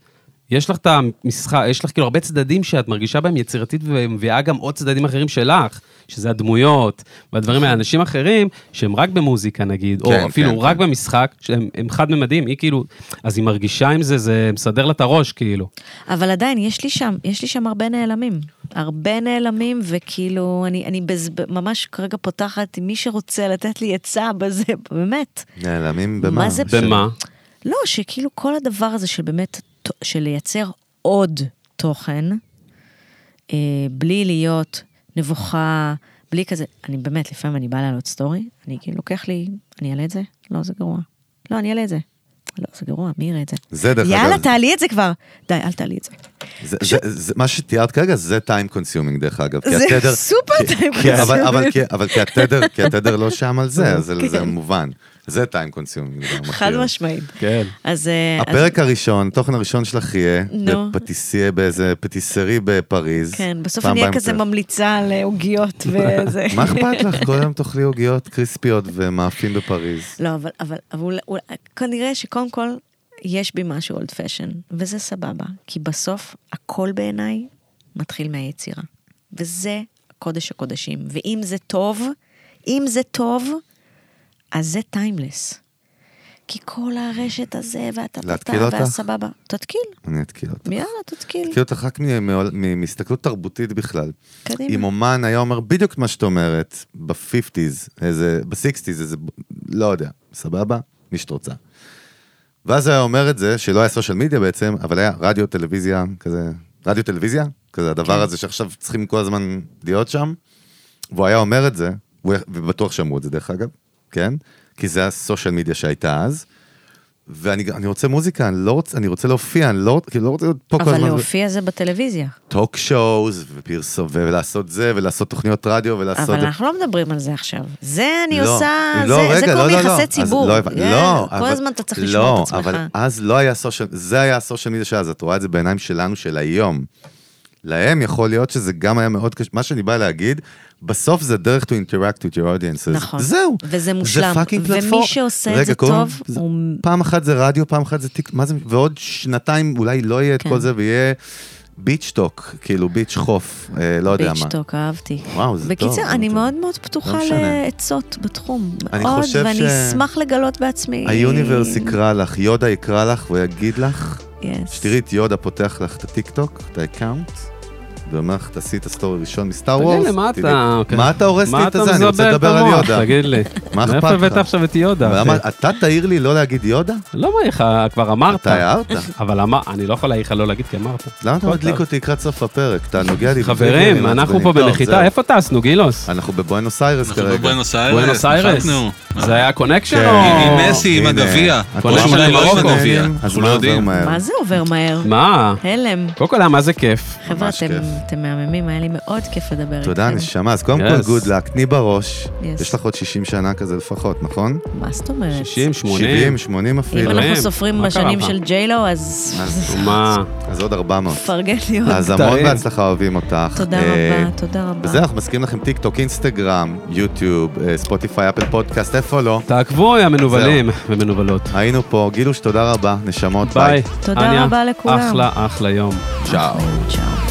יש לך את המשחק, יש לך כאילו הרבה צדדים שאת מרגישה בהם יצירתית ומביאה גם עוד צדדים אחרים שלך, שזה הדמויות והדברים האלה, אנשים אחרים שהם רק במוזיקה נגיד,
כן,
או אפילו
כן,
רק
כן.
במשחק, שהם הם חד-ממדיים, היא כאילו, אז היא מרגישה עם זה, זה מסדר לה את הראש כאילו.
אבל עדיין, יש לי שם, יש לי שם הרבה נעלמים. הרבה נעלמים, וכאילו, אני, אני בז, ממש כרגע פותחת, מי שרוצה לתת לי עצה בזה, באמת.
נעלמים במה?
מה זה-
של-
במה?
לא, שכאילו כל הדבר הזה של באמת, ת- של לייצר עוד תוכן, אה, בלי להיות נבוכה, בלי כזה, אני באמת, לפעמים אני באה לעלות סטורי, אני כאילו לוקח לי, אני אעלה את זה? לא, זה גרוע. לא, אני אעלה את זה. לא, זה גרוע, מי יראה את זה?
זה דרך
יאללה,
אגב.
תעלי את זה כבר. די, אל תעלי את זה.
זה, זה, זה, מה שתיארת כרגע זה time consuming דרך אגב. כי
זה
התדר-
סופר
כי-
time
כי- אבל-
consuming.
אבל כי- אבל כי התדר, כי התדר לא שם על
<laughs>
זה, אז זה, זה
כן.
מובן. זה time consuming. גם,
חד
כאילו.
משמעית.
כן.
אז... אה, אז-
הפרק הראשון, התוכן הראשון שלך יהיה,
נו.
בפטיסיה, באיזה פטיסרי בפריז.
כן, בסוף
פעם
אני אהיה
הבאה
כזה
עם-
ממליצה על
<laughs>
אה, עוגיות וזה.
מה אכפת לך?
<laughs>
כל היום תאכלי עוגיות קריספיות ומאפים בפריז.
לא, אבל, אבל, אבל אולי, כנראה שקודם כל, יש בי משהו אולד פשן, וזה סבבה, כי בסוף הכל בעיניי מתחיל מהיצירה. וזה קודש הקודשים, ואם זה טוב, אם זה טוב, אז זה טיימלס. כי כל הרשת הזה, ואתה
להתקיל
ואתה-
אותך?
והסבבה. תתקיל,
אני אתקיל אותך.
יאללה, תתקיל,
אתקיל אותך רק מ- מעול- מ- מהסתכלות תרבותית בכלל.
קדימה.
אם אומן היה אומר בדיוק את מה שאת אומרת, ב-50's, איזה, ב-60's, איזה, לא יודע, סבבה? מי שאת רוצה. ואז היה אומר את זה, שלא היה סושיאל מדיה בעצם, אבל היה רדיו, טלוויזיה, כזה, רדיו, טלוויזיה, כזה הדבר
כן.
הזה שעכשיו צריכים כל הזמן להיות שם, והוא היה אומר את זה, והוא היה- ובטוח שמעו את זה דרך אגב, כן? כי זה הסושיאל מדיה שהייתה אז, ואני אני רוצה מוזיקה, אני, לא רוצ, אני רוצה להופיע, אני לא, רוצ- כאילו, לא רוצה להיות פה כל
אבל
הזמן.
להופיע זה בטלוויזיה.
טוק שואוז, ופרסום, ולעשות זה, ולעשות תוכניות רדיו, ולעשות...
אבל אנחנו לא מדברים על זה עכשיו. זה אני
לא,
עושה,
לא,
זה- זה
רגע,
כל
לא,
מיני
לא, לא.
יחסי
אז
ציבור.
לא, הבנ-
כן,
לא,
כל
אבל-
הזמן אתה צריך לשמור את עצמך.
לא, אבל אז לא היה סושיאל, זה היה הסושיאל מידיה שאז, את רואה את זה בעיניים שלנו של היום. להם יכול להיות שזה גם היה מאוד קשה, מה שאני בא להגיד, בסוף זה דרך to interact with your audiences.
נכון.
זהו.
וזה מושלם.
זה fucking
ומי
platform.
שעושה את
רגע,
זה
קוראים-
טוב,
זה-
הוא-
פעם אחת זה רדיו, פעם אחת זה טיק, מה זה, ועוד שנתיים אולי לא יהיה את
כן.
כל זה, ויהיה ביץ' טוק, כאילו ביץ' חוף, אה, לא יודע מה.
ביצ'טוק, אהבתי.
וואו, זה טוב.
בקיצור,
זה
אני
טוב.
מאוד מאוד פתוחה
לא משנה.
לעצות בתחום.
אני
מאוד,
חושב
ואני
ש-
אשמח לגלות בעצמי.
היוניברס יקרא לך, יודה יקרא לך ויגיד לך,
Yes.
שתראי את יודה פותח לך את הטיקטוק, את האקאונט, ואומר לך, תעשי את הסטורי ראשון מסטאר וורס.
תגיד לי, מה אתה... אוקיי.
מה אתה הורס לי
מה
את
אתה
זה? אני רוצה
מזבל
לדבר על
במוח?
יודה.
תגיד לי.
<laughs> מה אכפת לך?
מאיפה הבאת עכשיו את יודה?
ולמה-
אחי?
אתה תעיר לי לא להגיד יודה?
לא מה לך, כבר אמרת.
אתה הערת.
<laughs> אבל אמר- אני לא יכול להעיר לך לא להגיד כי אמרת.
למה אתה
הכל
מדליק
טוב.
אותי לקראת סוף הפרק? אתה נוגע לי...
חברים,
בבטן,
אנחנו
אני
פה
מעצבן. טוב,
בנחיתה,
לא, זהו.
איפה טסנו, גילוס?
אנחנו בבואנוס איירס
אנחנו
כרגע.
בבואנוס איירס.
בואנוס איירס?
נחתנו.
זה היה קונקשן
כן.
או...
עם מסי, עם
הנה,
הגביע.
הכל
אולי
של
אולי לא עם
מרוקו.
הגביע.
אז
אנחנו לא
מה עובר
יודעים.
מהר?
מה זה עובר מהר?
מה?
הלם.
קודם כל היה מה זה כיף.
חבר'ה,
ממש
אתם-
כיף.
אתם מהממים, היה לי מאוד כיף לדבר איתכם.
תודה, נשמה. אז קודם כל,
Yes.
גוד לק, תני בראש.
Yes.
יש לך עוד 60 שנה כזה לפחות, נכון?
מה זאת אומרת?
60, 80.
70, 80
אם
אפילו.
אלוהים,
אנחנו סופרים
מה
בשנים
קרה
של
לך?
ג'יילו, אז
אז-
מה?
אז עוד 400.
פרגן לי עוד.
אז המון
תרים.
בהצלחה, אוהבים אותך.
תודה
אה,
רבה, תודה רבה.
וזהו, אנחנו מזכירים לכם טיק טוק, אינסטגרם, יוטיוב, אה, ספוטיפיי, אפל פודקאסט, איפה לא.
תעקבו, יא מנוולים ומנוולות.
היינו פה, גילוש, תודה רבה, נשמות, ביי.
ביי.
תודה
אניה,
רבה לכולם.
אחלה, אחלה יום. צ'או.
צ'או.